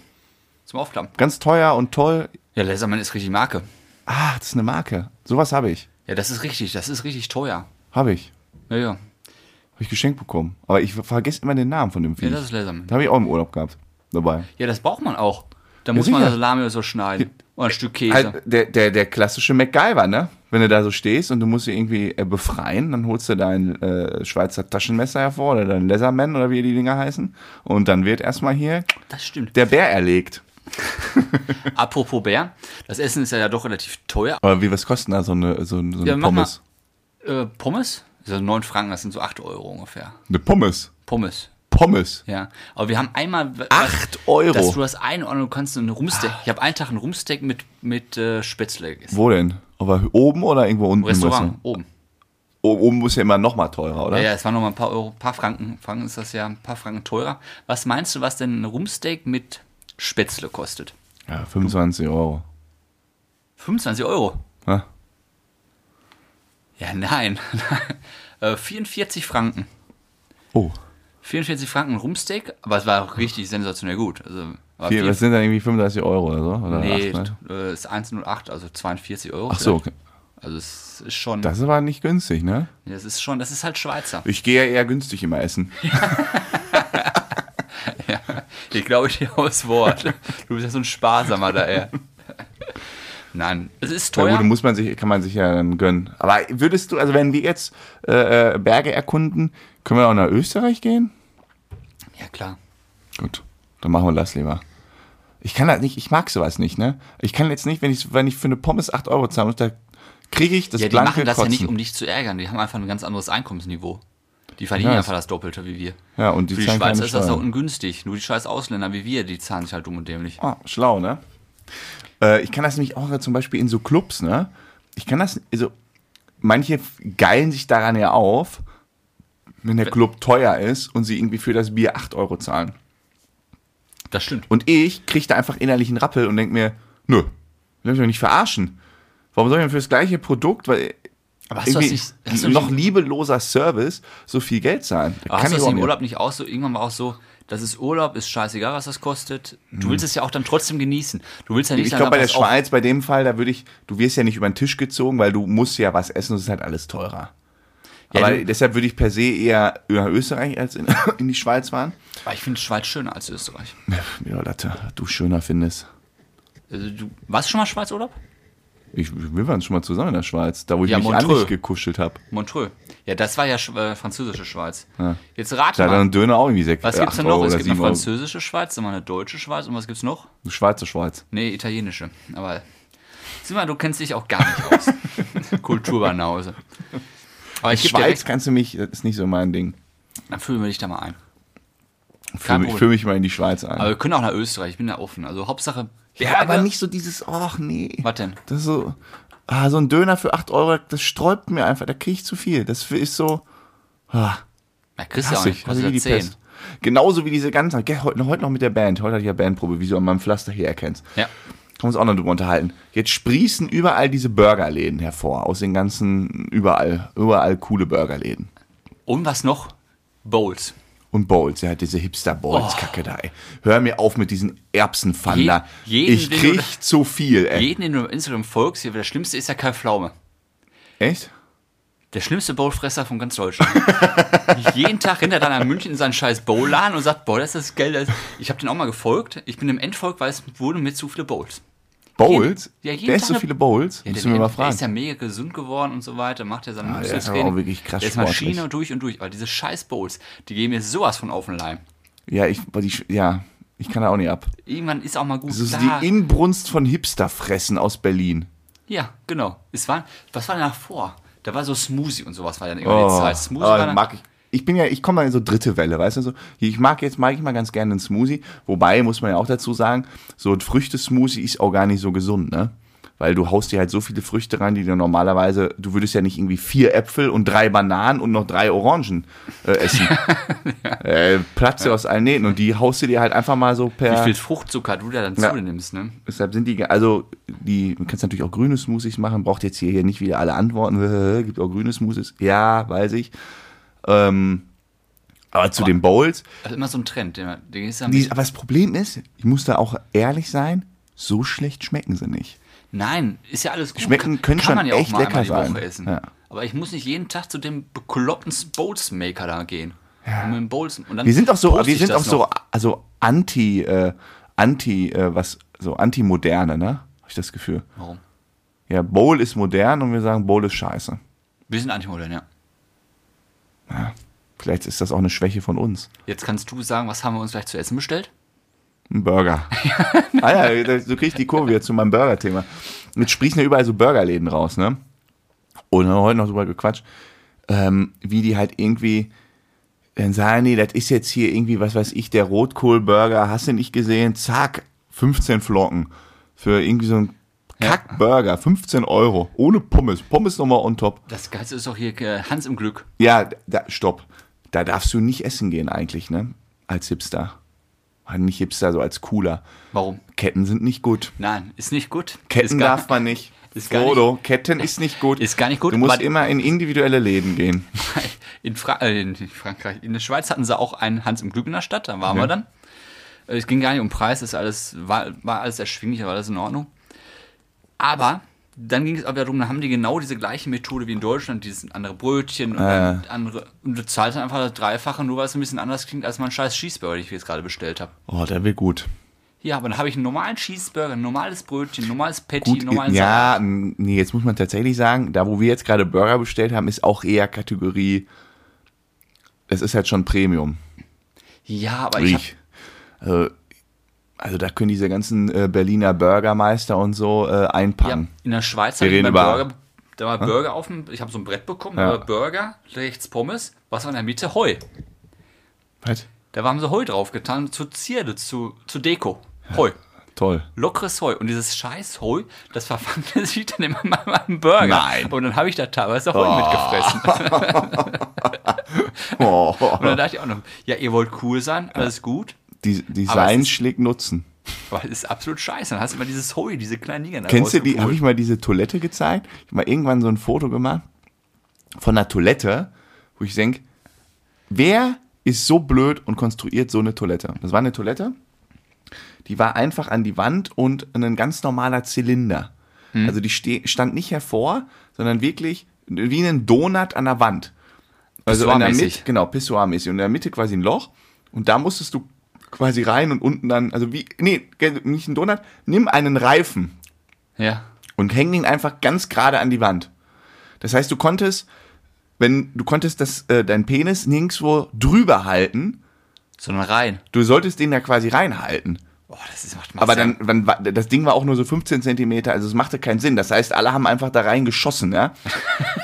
Zum Aufklappen.
Ganz teuer und toll.
Ja, Laserman ist richtig Marke.
Ah, das ist eine Marke. Sowas habe ich.
Ja, das ist richtig, das ist richtig teuer.
Habe ich.
Ja, ja.
Habe ich geschenkt bekommen. Aber ich vergesse immer den Namen von dem
Ja,
Vieh.
das ist Laserman.
da habe ich auch im Urlaub gehabt. Dabei.
Ja, das braucht man auch. Da muss man
sicher.
das Salami oder so schneiden. Oder ein Stück Käse.
Halt, der, der, der klassische MacGyver, ne? Wenn du da so stehst und du musst sie irgendwie äh, befreien, dann holst du dein äh, Schweizer Taschenmesser hervor oder dein Leatherman oder wie die Dinger heißen. Und dann wird erstmal hier
Das stimmt.
der Bär erlegt.
Apropos Bär, das Essen ist ja doch relativ teuer.
Aber wie, was kostet da so eine, so, ein- so eine
Ja, mach
Pommes?
Äh, Pommes? Also 9 Franken, das sind so 8 Euro ungefähr.
Eine Pommes.
Pommes.
Pommes.
Ja, aber wir haben einmal.
Acht
Dass
Euro. Ah.
du das einordnen du kannst, einen Rumsteak. Ich habe einen Tag einen Rumsteak mit, mit äh, Spätzle gegessen.
Wo denn? Aber oben oder irgendwo unten?
Restaurant,
muss
oben.
er- O- Oben muss ja immer noch mal teurer, oder?
Ja, ja, es waren nochmal ein paar Euro, paar Franken. Franken ist das ja ein paar Franken teurer. Was meinst du, was denn ein Rumsteak mit Spätzle kostet?
Ja, 25 Euro.
25 Euro.
Ja.
Ja, nein. Äh, 44 Franken.
Oh,
44 Franken ein Rumsteak, aber es war richtig sensationell gut. Also, war
Hier,
viel-
das sind dann irgendwie 35 Euro oder so? Oder
nee,
acht, ne?
äh, ist 1,08, also 42 Euro.
Ach so,
vielleicht.
okay.
Also es ist schon, das,
das war nicht günstig, ne?
ist schon, das ist halt Schweizer.
Ich gehe ja eher günstig immer essen.
Ich glaube ich dir aufs Wort. Du bist ja so ein Sparsamer da, ey. Nein, es ist
Na
teuer.
gut, muss man sich, kann man sich ja dann gönnen. Aber würdest du, also wenn wir jetzt äh, äh, Berge erkunden, können wir auch nach Österreich gehen?
Ja, klar.
Gut, dann machen wir das lieber. Ich kann das nicht, ich mag sowas nicht, ne? Ich kann jetzt nicht, wenn ich, wenn ich für eine Pommes 8 Euro zahlen muss, da kriege ich das
Ja, die
blanke
machen das
Kotzen.
ja nicht, um dich zu ärgern. Die haben einfach ein ganz anderes Einkommensniveau. Die verdienen
Ja,
einfach das Doppelte wie wir.
Ja, und die
Für die
zahlen keine
Schweizer ist das auch
Steuern.
ungünstig. Nur die scheiß Ausländer wie wir, die zahlen sich halt dumm und dämlich.
Ah, schlau, ne? Äh, ich kann das nämlich auch zum Beispiel in so Clubs, ne? Ich kann das, also manche geilen sich daran ja auf, wenn der Club teuer ist und sie irgendwie für das Bier 8 Euro zahlen.
Das stimmt.
Und ich kriege da einfach innerlich einen Rappel und denke mir, nö, will mich doch nicht verarschen. Warum soll ich denn für das gleiche Produkt, weil
Aber hast du das
irgendwie
nicht, hast du
noch
nicht,
liebeloser Service, so viel Geld zahlen? Da
aber hast du das
auch
im
nicht.
Urlaub nicht auch so, irgendwann mal auch so, das ist Urlaub, ist scheißegal, was das kostet. Du willst es ja auch dann trotzdem genießen. Du willst ja nicht
Mhm. Ich
sagen,
glaube, bei
na,
der
pass auf,
Schweiz, bei dem Fall, da würde ich, du wirst ja nicht über den Tisch gezogen, weil du musst ja was essen und es ist halt alles teurer.
Ja,
Aber
du-
deshalb würde ich per se eher über Österreich als in, in die Schweiz fahren.
Aber Ah, ich finde Schweiz schöner als Österreich.
Ja, Latte, was du schöner findest.
Also, du warst du schon mal Schweizurlaub?
Ich, wir waren schon mal zusammen in der Schweiz, da wo ich
Ja,
mich
Montreux.
an dich gekuschelt habe.
Montreux. Ja, das war ja Sch äh, französische Schweiz. Jetzt rate
Da hat
mal.
dann ein Döner auch irgendwie sechs
was
äh,
gibt's
acht
denn noch?
Euro
Es
oder
gibt eine
sieben Euro.
französische Schweiz, dann mal eine deutsche Schweiz und was gibt's noch?
Schweizer Schweiz.
Nee, italienische. Aber sieh mal, du kennst dich auch gar nicht aus. Kulturbanause. Aber ich gebe
Schweiz
direkt,
kannst du mich, das ist nicht so mein Ding.
dann fühlen wir dich da mal ein.
Ich fühle
Kein
mich,
Problem.
fühl mich mal in die Schweiz ein.
Aber wir können auch nach Österreich, ich bin da offen. Also Hauptsache,
ja, aber
Berge-
nicht so dieses, ach nee.
Was denn?
Das ist so, ah, so ein Döner für 8 Euro, das sträubt mir einfach, da kriege ich zu viel. Das ist so, ah,
Na, kriegst du ja auch
hasse
nicht,
ich. hasse
kostet ja
wie die
10.
Pest. Genauso wie diese ganzen, gell, heute, heute noch mit der Band, heute hatte ich ja Bandprobe, wie du an meinem Pflaster hier erkennst.
Ja.
Können wir uns auch noch drüber unterhalten. Jetzt sprießen überall diese Burgerläden hervor, aus den ganzen, überall, überall coole Burgerläden.
Und was noch? Bowls.
Und Bowls, ja, diese
Oh.
Hipster-Bowls-Kacke da, ey. Hör mir auf mit diesen Erbsenpfannen
Je-
da.
jeden,
Ich
den du-
krieg zu viel, ey.
Jeden, den du auf Instagram folgst, hier, der schlimmste ist ja Kai Pflaume.
Echt?
Der schlimmste Bowlfresser von ganz Deutschland. Jeden Tag hinter deiner München in seinen scheiß Bowlan und sagt, boah, das ist das Geld. Das ich habe den auch mal gefolgt. Ich bin im Endfolg, weil es wurden mir zu viele Bowls.
Bowls?
Ja, jeden
der ist
Tag
so
eine-
viele Bowls?
Ja,
Müssen wir mal
der
fragen. Ah,
ist ja mega gesund geworden und so weiter, macht ja seine
der ist aber
Muskeltraining.
auch wirklich krass
Der ist
sportlich.
Maschine durch und durch. Aber diese scheiß Bowls, die gehen mir sowas von auf den Leim.
Ja, ich, weil die, ja, ich kann da auch nicht ab.
Irgendwann ist auch mal gut.
Das ist
Klar.
die Inbrunst von Hipsterfressen aus Berlin.
ja, genau. Es war, was war denn davor? Da war so Smoothie und sowas war dann immer
Oh,
die Zeit. Smoothie
aber
war dann,
mag ich. Ich bin ja, ich komme dann in so dritte Welle, weißt du so. Ich mag jetzt mag ich mal ganz gerne einen Smoothie, wobei muss man ja auch dazu sagen, so ein Früchtesmoothie ist auch gar nicht so gesund, ne? Weil du haust dir halt so viele Früchte rein, die du normalerweise, du würdest ja nicht irgendwie vier Äpfel und drei Bananen und noch drei Orangen äh, essen. äh, platzt dir aus allen Nähten und die haust du dir halt einfach mal so per.
wie viel Fruchtzucker du da dann
Ja.
zu dir nimmst, ne?
Deshalb sind die, ge- also die, du kannst natürlich auch grüne Smoothies machen, braucht jetzt hier, hier nicht wieder alle Antworten, gibt auch grüne Smoothies, ja, weiß ich. Ähm, aber zu den Bowls,
Also immer so ein Trend, der, der ist dann
die, aber das Problem ist, ich muss da auch ehrlich sein, so schlecht schmecken sie nicht.
Nein, ist ja alles gut.
Schmecken können schon echt lecker
einmal die
sein.
Woche essen.
Ja.
Aber ich muss nicht jeden Tag zu dem bekloppten Bolzmaker da gehen. Ja. Und mit dem Bolzen. Und dann
Wir sind auch so,
poste
wir
ich
sind
das
auch so,
noch.
also anti, äh, anti, äh, was, so anti-moderne, ne? Habe ich das Gefühl.
Warum?
Ja, Bowl ist modern und wir sagen, Bowl ist scheiße.
Wir sind antimodern, ja.
Vielleicht ist das auch eine Schwäche von uns.
Jetzt kannst du sagen, was haben wir uns gleich zu essen bestellt?
Ein Burger. ah ja, das- du kriegst die Kurve jetzt zu meinem Burger-Thema. Jetzt sprießen ja überall so Burgerläden raus, ne? Und haben wir heute noch drüber gequatscht, ähm, wie die halt irgendwie dann sagen, nee, das ist jetzt hier irgendwie, was weiß ich, der Rotkohlburger, hast du nicht gesehen? Zack, 15 Flocken für irgendwie so einen
Ja.
Kackburger, 15 Euro, ohne Pommes. Pommes nochmal on top.
Das Geilste ist doch hier äh, Hans im Glück.
Ja, da, stopp. Da darfst du nicht essen gehen eigentlich, ne? Als Hipster. Halt Nicht Hipster, so als Cooler.
Warum?
Ketten sind nicht gut.
Nein, ist nicht gut.
Ketten
ist gar,
darf man nicht.
ist gar
Frodo, Ketten ist nicht gut.
Ist gar nicht gut,
Du musst
aber-
immer in individuelle Läden gehen.
In, Fra äh, in Frankreich, in der Schweiz hatten sie auch einen Hans im Glück in der Stadt, da waren wir dann. Äh, Es ging gar nicht um Preis, ist alles, war, war alles erschwinglich, war alles in Ordnung. Aber dann ging es aber darum, dann haben die genau diese gleiche Methode wie in Deutschland, dieses andere Brötchen und dann andere. Und du zahlst dann einfach das Dreifache, nur weil es ein bisschen anders klingt, als mein scheiß Cheeseburger, den ich jetzt gerade bestellt habe.
Oh, der wird gut.
Ja, aber dann habe ich einen normalen Cheeseburger, ein normales Brötchen, ein normales Patty,
Gut,
einen normalen Salat.
ja, m, nee, jetzt muss man tatsächlich sagen, da wo wir jetzt gerade Burger bestellt haben, ist auch eher Kategorie, es ist halt schon Premium.
Ja, aber ich, hab,
Ich. Also, also da können diese ganzen äh, Berliner Burgermeister und so äh,
Ja,
einpacken.
in der Schweiz
Wir
habe ich
reden
beim
über-
Burger, da war Burger auf dem, ich habe so ein Brett bekommen,
Ja.
da war Burger, rechts Pommes, was war in der Mitte? Heu.
Was?
Da haben sie Heu drauf getan, zur Zierde, zu, zu Deko. Heu.
Toll.
Lockeres Heu. Und dieses scheiß Heu, das verwandelte sich dann immer mal in meinem Burger.
Nein.
Und dann habe ich da teilweise auch Heu mitgefressen.
Oh,
Und dann dachte ich auch noch, ja, ihr wollt cool sein, alles gut.
die,
Aber es
Design
ist-
schlägt Nutzen.
Aber das ist absolut scheiße. Dann hast du immer dieses Heu, diese kleinen Dinger da
Kennst du die, habe
rausgepult.
ich mal diese Toilette gezeigt? Ich habe mal irgendwann so ein Foto gemacht von einer Toilette, wo ich denke, wer ist so blöd und konstruiert so eine Toilette? Das war eine Toilette, die war einfach an die Wand und ein ganz normaler Zylinder. Also die ste stand nicht hervor, sondern wirklich wie ein Donut an der Wand. Also in der
Pissoir-mäßig.
Mitte, genau, Pissoir-mäßig. Und in der Mitte quasi ein Loch. Und da musstest du quasi rein und unten dann, also wie, nee, nicht ein Donut, nimm einen Reifen
Ja.
und hängen ihn einfach ganz gerade an die Wand. Das heißt, du konntest, wenn du konntest das, äh, dein Penis nirgendwo drüber halten,
Sondern rein.
du solltest den da quasi reinhalten.
Boah, Oh, das ist, macht, macht
Aber dann, dann war, das Ding war auch nur so 15 Zentimeter, also es machte keinen Sinn. Das heißt, alle haben einfach da reingeschossen, ja.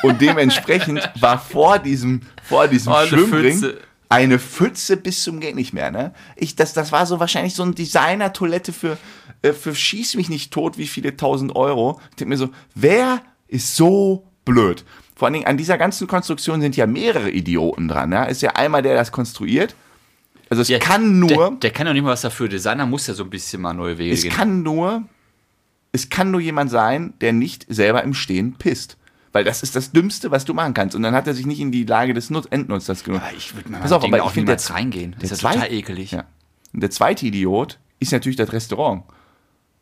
Und dementsprechend war vor diesem, vor diesem
Oh, eine
Schwimmring
Pfütze.
eine Pfütze bis zum geht nicht mehr, ne? Ich, das, das war so wahrscheinlich so ein Designer-Toilette für, äh, für schieß mich nicht tot, wie viele tausend Euro. Ich denk mir so, wer ist so blöd? Vor allen Dingen an dieser ganzen Konstruktion sind ja mehrere Idioten dran, ne? Ist ja einmal der, der das konstruiert. Also es
Ja,
kann nur
Der, der kann doch nicht mal was dafür. Designer muss ja so ein bisschen mal neue Wege
es
gehen.
kann nur, es kann nur jemand sein, der nicht selber im Stehen pisst. Weil das ist das Dümmste, was du machen kannst. Und dann hat er sich nicht in die Lage des Nutz Endnutzers genutzt.
Aber ich würde mal
Pass auf, aber ich
auch
finde
niemals
der-
reingehen.
der
Ah, Das ist ja
zwei-
total ekelig.
Ja. Und der zweite Idiot ist natürlich das Restaurant.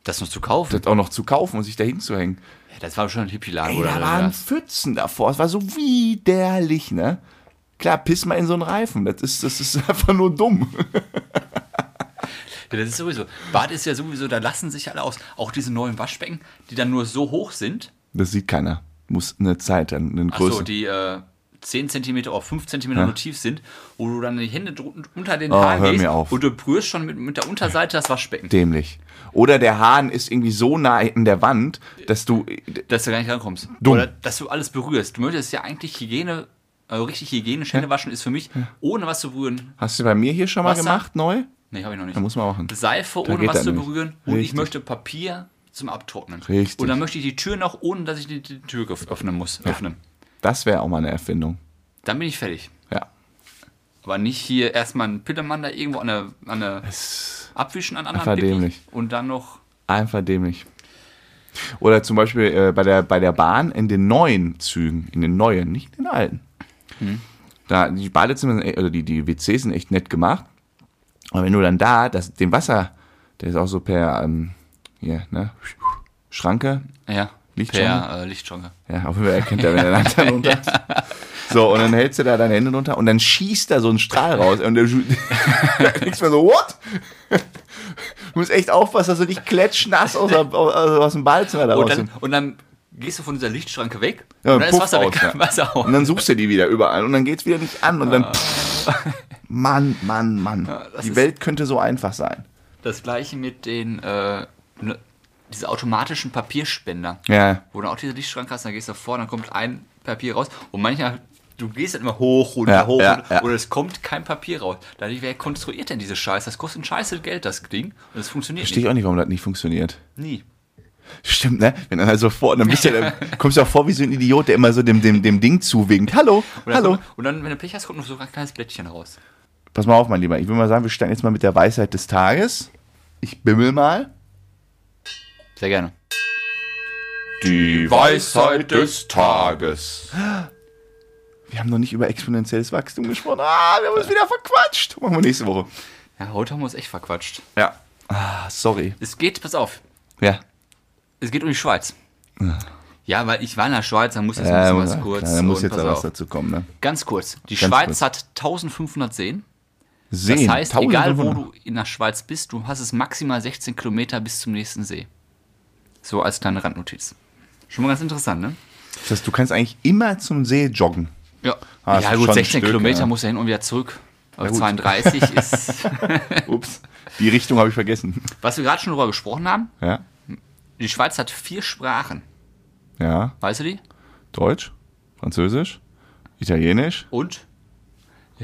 Das noch zu kaufen.
Das auch noch zu kaufen und sich da hinzuhängen.
Ja, das war schon ein Hippie-Laden,
Ey,
oder?
da waren
was?
Pfützen davor. Es war so widerlich, ne? Klar, piss mal in so einen Reifen. Das ist, das ist einfach nur dumm.
Ja, das ist sowieso. Bad ist ja sowieso, da lassen sich alle aus. Auch diese neuen Waschbecken, die dann nur so hoch sind.
Das sieht keiner. Muss eine Zeit, dann eine Größe.
Achso, die äh, 10 cm oder 5 cm nur tief sind, wo du dann die Hände dr- unter den
Oh,
Haaren
hör
gehst
mir auf.
und du berührst schon mit, mit der Unterseite das Waschbecken,
Dämlich. Oder der Hahn ist irgendwie so nah in der Wand, dass du äh,
dass du gar nicht rankommst. Oder dass du alles berührst. Du möchtest ja eigentlich Hygiene, äh, richtig hygienisch Hände waschen, ist für mich, ohne was zu berühren.
Hast du bei mir hier schon mal
Wasser?
gemacht, neu?
Nee, habe ich noch nicht.
Da muss man machen.
Seife
Da
ohne
geht
was
das
zu
nämlich.
berühren und ich
Richtig.
möchte Papier zum Abtrocknen.
Richtig.
Und dann möchte ich die Tür noch, ohne dass ich die, die Tür gef- öffnen muss. Öffnen.
Das wäre auch mal eine Erfindung.
Dann bin ich fertig.
Ja.
Aber nicht hier erstmal einen Pillermann da irgendwo an der, an der abwischen an anderen
einfach
Pipi
dämlich.
und dann noch.
Einfach dämlich. Oder zum Beispiel äh, bei, der, bei der Bahn in den neuen Zügen, in den neuen, nicht in den alten. Da, die Badezimmer sind, e- oder die, die WCs sind echt nett gemacht. Aber wenn du dann da das, den Wasser, der ist auch so per ähm, hier, ne, Schranke,
Ja.
Lichtschrank.
per äh, Lichtschranke.
Ja, auf jeden Fall erkennt er, wenn er Lantern runter ist. So, und dann hältst du da deine Hände runter und dann schießt da so ein Strahl raus. Und der denkst mir so, what? Du musst echt aufpassen, dass du nicht klatschnass aus, der- aus, aus dem Badezimmer da
Und
raus.
dann, und dann gehst du von dieser Lichtschranke weg
Ja,
und dann ist
Puff
Wasser
aus,
weg.
ja.
Wasser aus.
Und dann suchst du die wieder überall und dann geht's wieder nicht an und dann. Mann, Mann, Mann.
Ah. das
die
ist-
Welt könnte so einfach sein.
Das gleiche mit den äh, ne, diese automatischen Papierspender.
Ja.
Wo du auch diese Lichtschranke hast, dann gehst du vor, dann kommt ein Papier raus und manchmal, du gehst dann immer hoch, runter,
Ja,
hoch,
ja,
runter,
ja.
oder es kommt kein Papier raus. Dadurch, wer konstruiert denn diese Scheiße? Das kostet ein scheiße Geld, das Ding. Und es funktioniert
Verstehe ich auch nicht, warum das nicht funktioniert.
nicht. Nie.
Stimmt, ne? Wenn dann halt so vor, dann, bist du, dann kommst du auch vor wie so ein Idiot, der immer so dem, dem, dem Ding zuwinkt. Hallo,
Und dann,
hallo.
Kommt, und dann, wenn du Pech hast, kommt noch so ein kleines Blättchen raus.
Pass mal auf, mein Lieber. Ich würde mal sagen, wir starten jetzt mal mit der Weisheit des Tages. Ich bimmel mal.
Sehr gerne.
Die
Weisheit des
Tages. Wir haben noch nicht über exponentielles Wachstum gesprochen. Ah, wir haben uns wieder verquatscht. Machen wir nächste Woche.
Ja, heute haben wir uns echt verquatscht.
Ja. Ah, sorry.
Es geht, pass auf,
Ja.
es geht um die Schweiz. Ja, weil ich war in der Schweiz, dann muss jetzt
Ja,
ein
muss-
bisschen was kurz.
klar, Ähm, da muss
und
jetzt
pass
da was
auf.
dazu kommen. Ne?
Ganz kurz. Die
Ganz
Schweiz
kurz.
hat 1500 Seen. Das
Sehen.
heißt, egal wo
1500.
du in der Schweiz bist, du hast es maximal 16 Kilometer bis zum nächsten See. So als kleine Randnotiz. Schon mal ganz interessant, ne?
Das heißt, du kannst eigentlich immer zum See joggen.
Ja,
Ah, das
ja
ist
gut,
schon ein
16
Stück,
Kilometer
ja.
muss er hin und wieder zurück. Aber
gut.
32 ist,
Ups, die Richtung habe ich vergessen.
was wir gerade schon drüber gesprochen haben,
Ja.
die Schweiz hat vier Sprachen.
Ja.
Weißt du die?
Deutsch, Französisch, Italienisch.
Und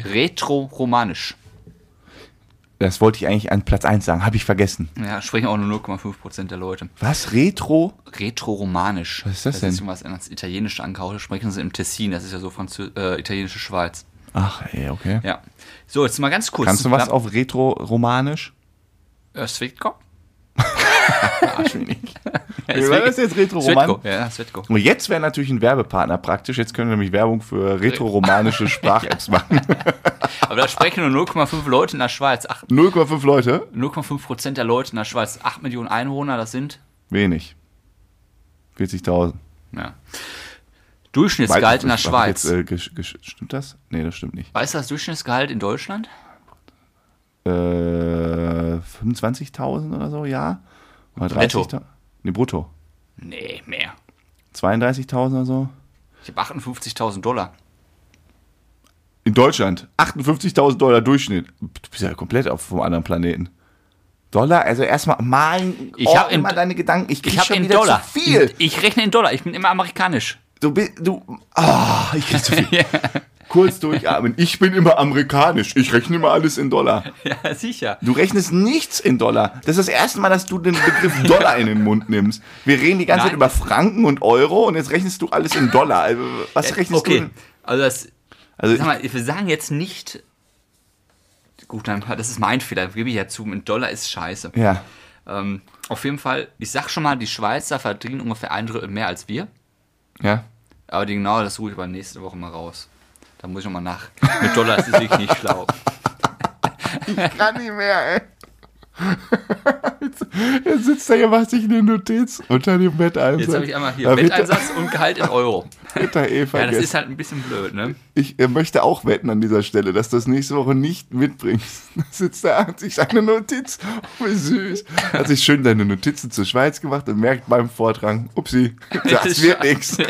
Retro-Romanisch.
Das wollte ich eigentlich an Platz 1 sagen, habe ich vergessen.
Ja, sprechen auch nur 0,5% der Leute.
Was? Retro?
Retro-Romanisch.
Was ist das
Das ist
denn?
irgendwas ans Italienische angehaucht. Sprechen sie im Tessin, das ist ja so Franzö äh, italienische Schweiz.
Ach, ey, okay.
Ja. So, jetzt mal ganz kurz.
Kannst du was auf Retro-Romanisch?
Äh, Svetko?
Wie war das jetzt? Retro-Roman?
Svetko. Ja, Svetko.
Und jetzt wäre natürlich ein Werbepartner praktisch. Jetzt können wir nämlich Werbung für retro-romanische Sprach-Apps machen.
Aber da sprechen nur 0,5 Leute in der Schweiz. Ach,
0,5 Leute?
0,5 Prozent der Leute in der Schweiz. 8 Millionen Einwohner, das sind.
Wenig. 40.000.
Ja. Durchschnittsgehalt in der
Weiß ich, hab ich
Schweiz.
Jetzt, äh, gesch- gesch- stimmt das? Nee, das stimmt nicht.
weißt du das Durchschnittsgehalt in Deutschland?
Äh, 25.000 Äh, oder so, ja? Oder
Netto.
30.000? Nee, brutto.
Nee, mehr.
32.000 oder so?
Ich habe 58.000 Dollar.
In Deutschland 58.000 Dollar Durchschnitt. Du bist ja komplett auf einem anderen Planeten. Dollar, also erstmal malen
Ich hab
ordne
in-
mal deine Gedanken. Ich krieg
hab
schon wieder zu viel.
In, ich rechne in Dollar. Ich bin immer amerikanisch.
Du bist, du, ah, ich krieg zu viel. Kurz durchatmen. Ich bin immer amerikanisch. Ich rechne immer alles in Dollar.
Ja, sicher.
Du rechnest nichts in Dollar. Das ist das erste Mal, dass du den Begriff Dollar in den Mund nimmst. Wir reden die ganze
Nein.
Zeit über Franken und Euro und jetzt rechnest du alles in Dollar. Also, was rechnest du?
Äh, Okay.
denn?
Also das
Also
Sag mal, wir sagen jetzt nicht. Gut, dann, das ist mein Fehler, gebe ich ja zu. Ein Dollar ist scheiße.
ich, ja.
Ähm, auf jeden Fall, ich sag schon mal, die Schweizer verdienen ungefähr ein Drittel mehr als wir.
Ja.
Aber die genaue, das suche ich aber nächste Woche mal raus. Da muss ich nochmal nach. Mit Dollar ist es wirklich nicht schlau.
kann nicht mehr, ey. Jetzt, jetzt sitzt er hier, macht sich eine Notiz unter dem Betteinsatz.
Jetzt habe ich einmal hier
Da wird er-
Wetteinsatz und Gehalt in Euro.
wird er eh
Ja, das
vergessen.
ist halt ein bisschen blöd, ne?
ich äh, möchte auch wetten an dieser Stelle, dass du das nächste Woche nicht mitbringst. Da sitzt er, hat sich seine Notiz. Oh, wie süß. Hat sich schön seine Notizen zur Schweiz gemacht und merkt beim Vortrag, upsi, das wird nichts.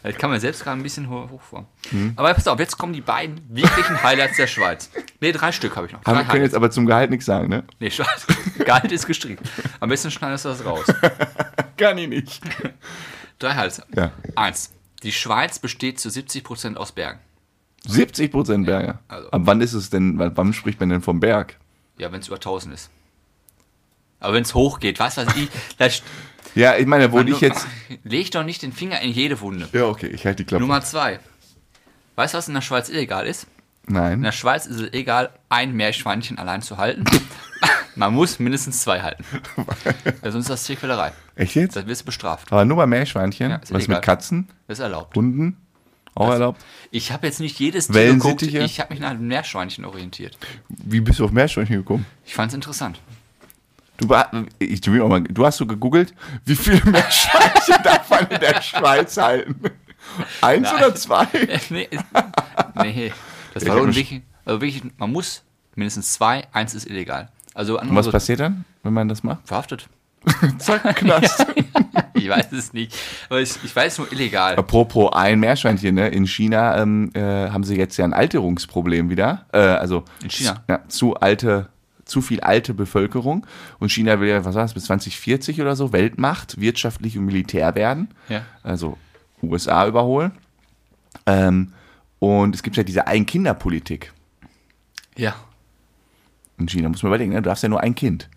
Das kann man selbst gerade ein bisschen ho- hoch vor.
Mhm.
Aber pass auf, jetzt kommen die beiden wirklichen Highlights der Schweiz. Ne, drei Stück habe ich noch.
Aber
Drei
wir können
Highlights.
jetzt aber zum Gehalt nichts sagen, ne?
Nee, scheiße. Gehalt ist gestrichen. Am besten schneidest du das raus.
Kann ich nicht.
Drei Hals.
Ja.
Eins. Die Schweiz besteht zu 70% aus Bergen.
70 Prozent Berger.
also-
Ab wann ist es denn, wann wann spricht man denn vom Berg?
Ja, wenn es über 1000 ist. Aber wenn es hochgeht, was weiß ich, da st-
Ja, ich meine, wo
Nur-
ich jetzt.
Leg doch nicht den Finger in jede Wunde.
Ja, okay, ich halte die Klappe.
Nummer zwei. Weißt du, was in der Schweiz illegal ist?
Nein.
In der Schweiz ist es egal, ein Meerschweinchen allein zu halten. Man muss mindestens zwei halten. Weil sonst ist das Tierquälerei.
Echt jetzt?
Dann wirst du bestraft.
Aber nur bei Meerschweinchen?
Ja, ist
Was
egal.
mit Katzen?
Das ist erlaubt.
Hunden? Auch erlaubt?
Ich habe jetzt nicht jedes Tier geguckt.
Wellensittiche?
Ich habe mich nach dem Meerschweinchen orientiert.
Wie bist du auf Meerschweinchen gekommen?
Ich fand es interessant.
Du, war- ich, tu mir auch mal, du hast so gegoogelt, wie viele Meerschweinchen darf man in der Schweiz halten? Eins
Nein.
oder zwei?
nee, nee, das
Ich
war
hab mich-
unwichtig. Also wirklich, man muss mindestens zwei, eins ist illegal. Also andere
Was
so
passiert dann, wenn man das macht?
verhaftet.
Zack, Knast.
Ich weiß es nicht. Aber ich, ich weiß nur illegal.
Apropos ein Meerschweinchen, ne? In China ähm, äh, haben sie jetzt ja ein Alterungsproblem wieder. Äh, also
In China?
Ja, zu alte, zu viel alte Bevölkerung. Und China will ja, was war das, bis 2040 oder so, Weltmacht, wirtschaftlich und militär werden.
Ja.
Also USA überholen. Ähm, und es gibt ja diese Ein-Kinder-Politik
Ja.
in China, muss man überlegen, ne? Du darfst ja nur ein Kind.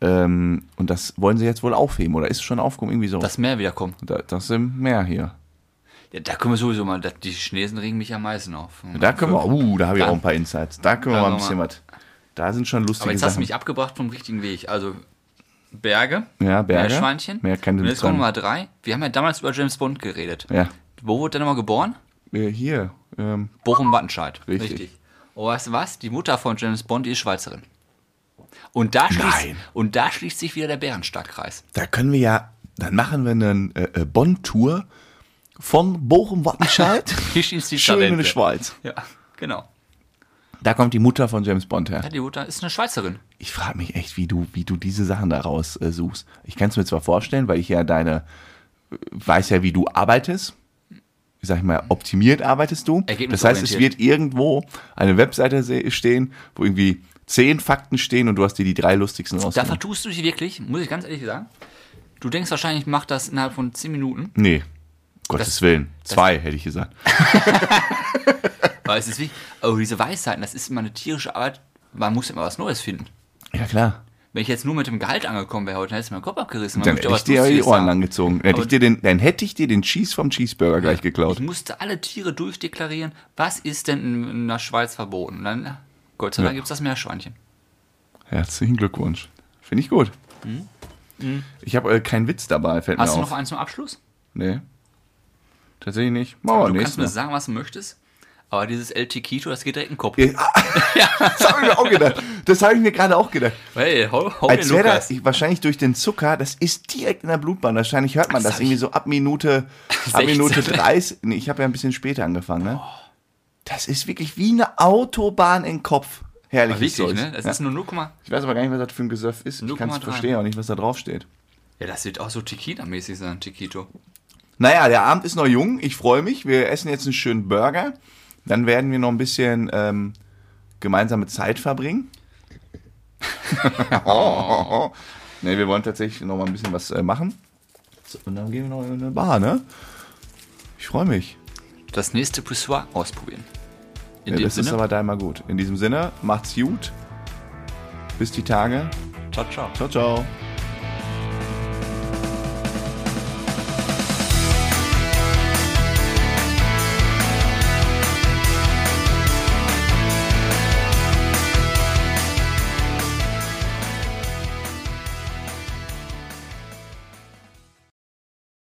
Ähm, und das wollen sie jetzt wohl aufheben, oder ist es schon aufgehoben? Irgendwie so.
Das Meer wiederkommen.
da, das sind mehr hier.
Ja, da können wir sowieso mal. da- Die Chinesen regen mich am meisten auf.
Da können wir, uh, da habe ich
Da-
auch ein paar Insights. Da können wir
da
mal ein
noch
bisschen was. Da sind schon lustige
Aber jetzt
Sachen.
hast du mich abgebracht vom richtigen Weg. Also Berge,
Ja, Berge.
Meerschweinchen.
Mehr kann
Und
sie
jetzt kommen wir mal drei. Wir haben ja damals über James Bond geredet.
ja.
Wo wurde der nochmal geboren?
Äh, Hier, ähm,
Bochum-Wattenscheid.
Richtig.
Oh, weißt du was? Die Mutter von James Bond, die ist Schweizerin. Und da, schließt,
Nein.
und da schließt sich wieder der Bärenstarkkreis.
da können wir ja, dann machen wir eine äh, äh, Bonn-Tour von Bochum-Wattenscheid
Hier schließt die
schön in die
Talente.
Schweiz.
Ja, genau.
Da kommt die Mutter von James Bond
Ja,
her.
die Mutter ist eine Schweizerin.
Ich frage mich echt, wie du, wie du diese Sachen daraus äh, suchst. Ich kann es mir zwar vorstellen, weil ich ja deine, äh, weiß ja, wie du arbeitest. Ich sag mal, optimiert arbeitest du. Das heißt, es
Ergebnisorientiert.
wird irgendwo eine Webseite se- stehen, wo irgendwie zehn Fakten stehen und du hast dir die drei lustigsten
Da
rausgesucht.
vertust du dich wirklich, muss ich ganz ehrlich sagen. Du denkst wahrscheinlich, ich mach das innerhalb von 10 Minuten.
Nee. Gottes Willen. Zwei, hätte ich gesagt.
Aber es ist wie, oh, diese Weisheiten, das ist immer eine tierische Arbeit. Man muss immer was Neues finden.
Ja, klar.
Wenn ich jetzt nur mit dem Gehalt angekommen wäre heute, dann hätte ich meinen Kopf abgerissen. Man
Dann
möchte
hätte
aber
ich dir
was
die
Lustiges
Ohren
haben.
langgezogen. Hätte ich dir den, dann hätte ich dir den Cheese vom Cheeseburger gleich
Ich
geklaut.
musste alle Tiere durchdeklarieren. Was ist denn in, in der Schweiz verboten? Und Dann, Gott sei Dank
Ja.
gibt es das Meerschweinchen.
Herzlichen Glückwunsch. Finde ich gut. Ich habe äh, keinen Witz dabei, fällt
Mhm. Hast
mir
du
auf.
noch eins zum Abschluss?
Nee. Tatsächlich nicht. Mauer,
du kannst
nächstes
mir
Mal.
sagen, was du möchtest. Aber dieses El Tiquito, das geht direkt in den Kopf.
Ja, ah, Das habe ich mir auch gedacht. Das habe ich mir gerade auch gedacht.
Hey, hau, hau den
Als wäre
Oh, Lukas.
das ich- wahrscheinlich durch den Zucker, das ist direkt in der Blutbahn. Wahrscheinlich hört man
Das
das,
hab
irgendwie
ich-
so ab Minute, ab
16.
Minute 30. Nee, ich habe ja ein bisschen später angefangen, ne?
Oh.
Das ist wirklich wie eine Autobahn im Kopf. Herrlich.
Wichtig, ne? Das ist nur 0,
ich weiß aber gar nicht, was das für ein Gesöff ist. Ich kann es
0,3.
verstehen auch nicht, was da drauf steht.
ja, das wird auch so Tequila-mäßig sein, Tiquito.
Naja, der Abend ist noch jung. Ich freue mich. Wir essen jetzt einen schönen Burger. Dann werden wir noch ein bisschen ähm, gemeinsame Zeit verbringen. Ne, wir wollen tatsächlich noch mal ein bisschen was äh, machen. So, Und dann gehen wir noch in eine Bar, ne? Ich freue mich.
Das nächste Pissoir ausprobieren. In
Ja,
dem
das ist
Sinne,
aber da immer gut. In diesem Sinne, macht's gut. Bis die Tage.
ciao, ciao.
Ciao, ciao.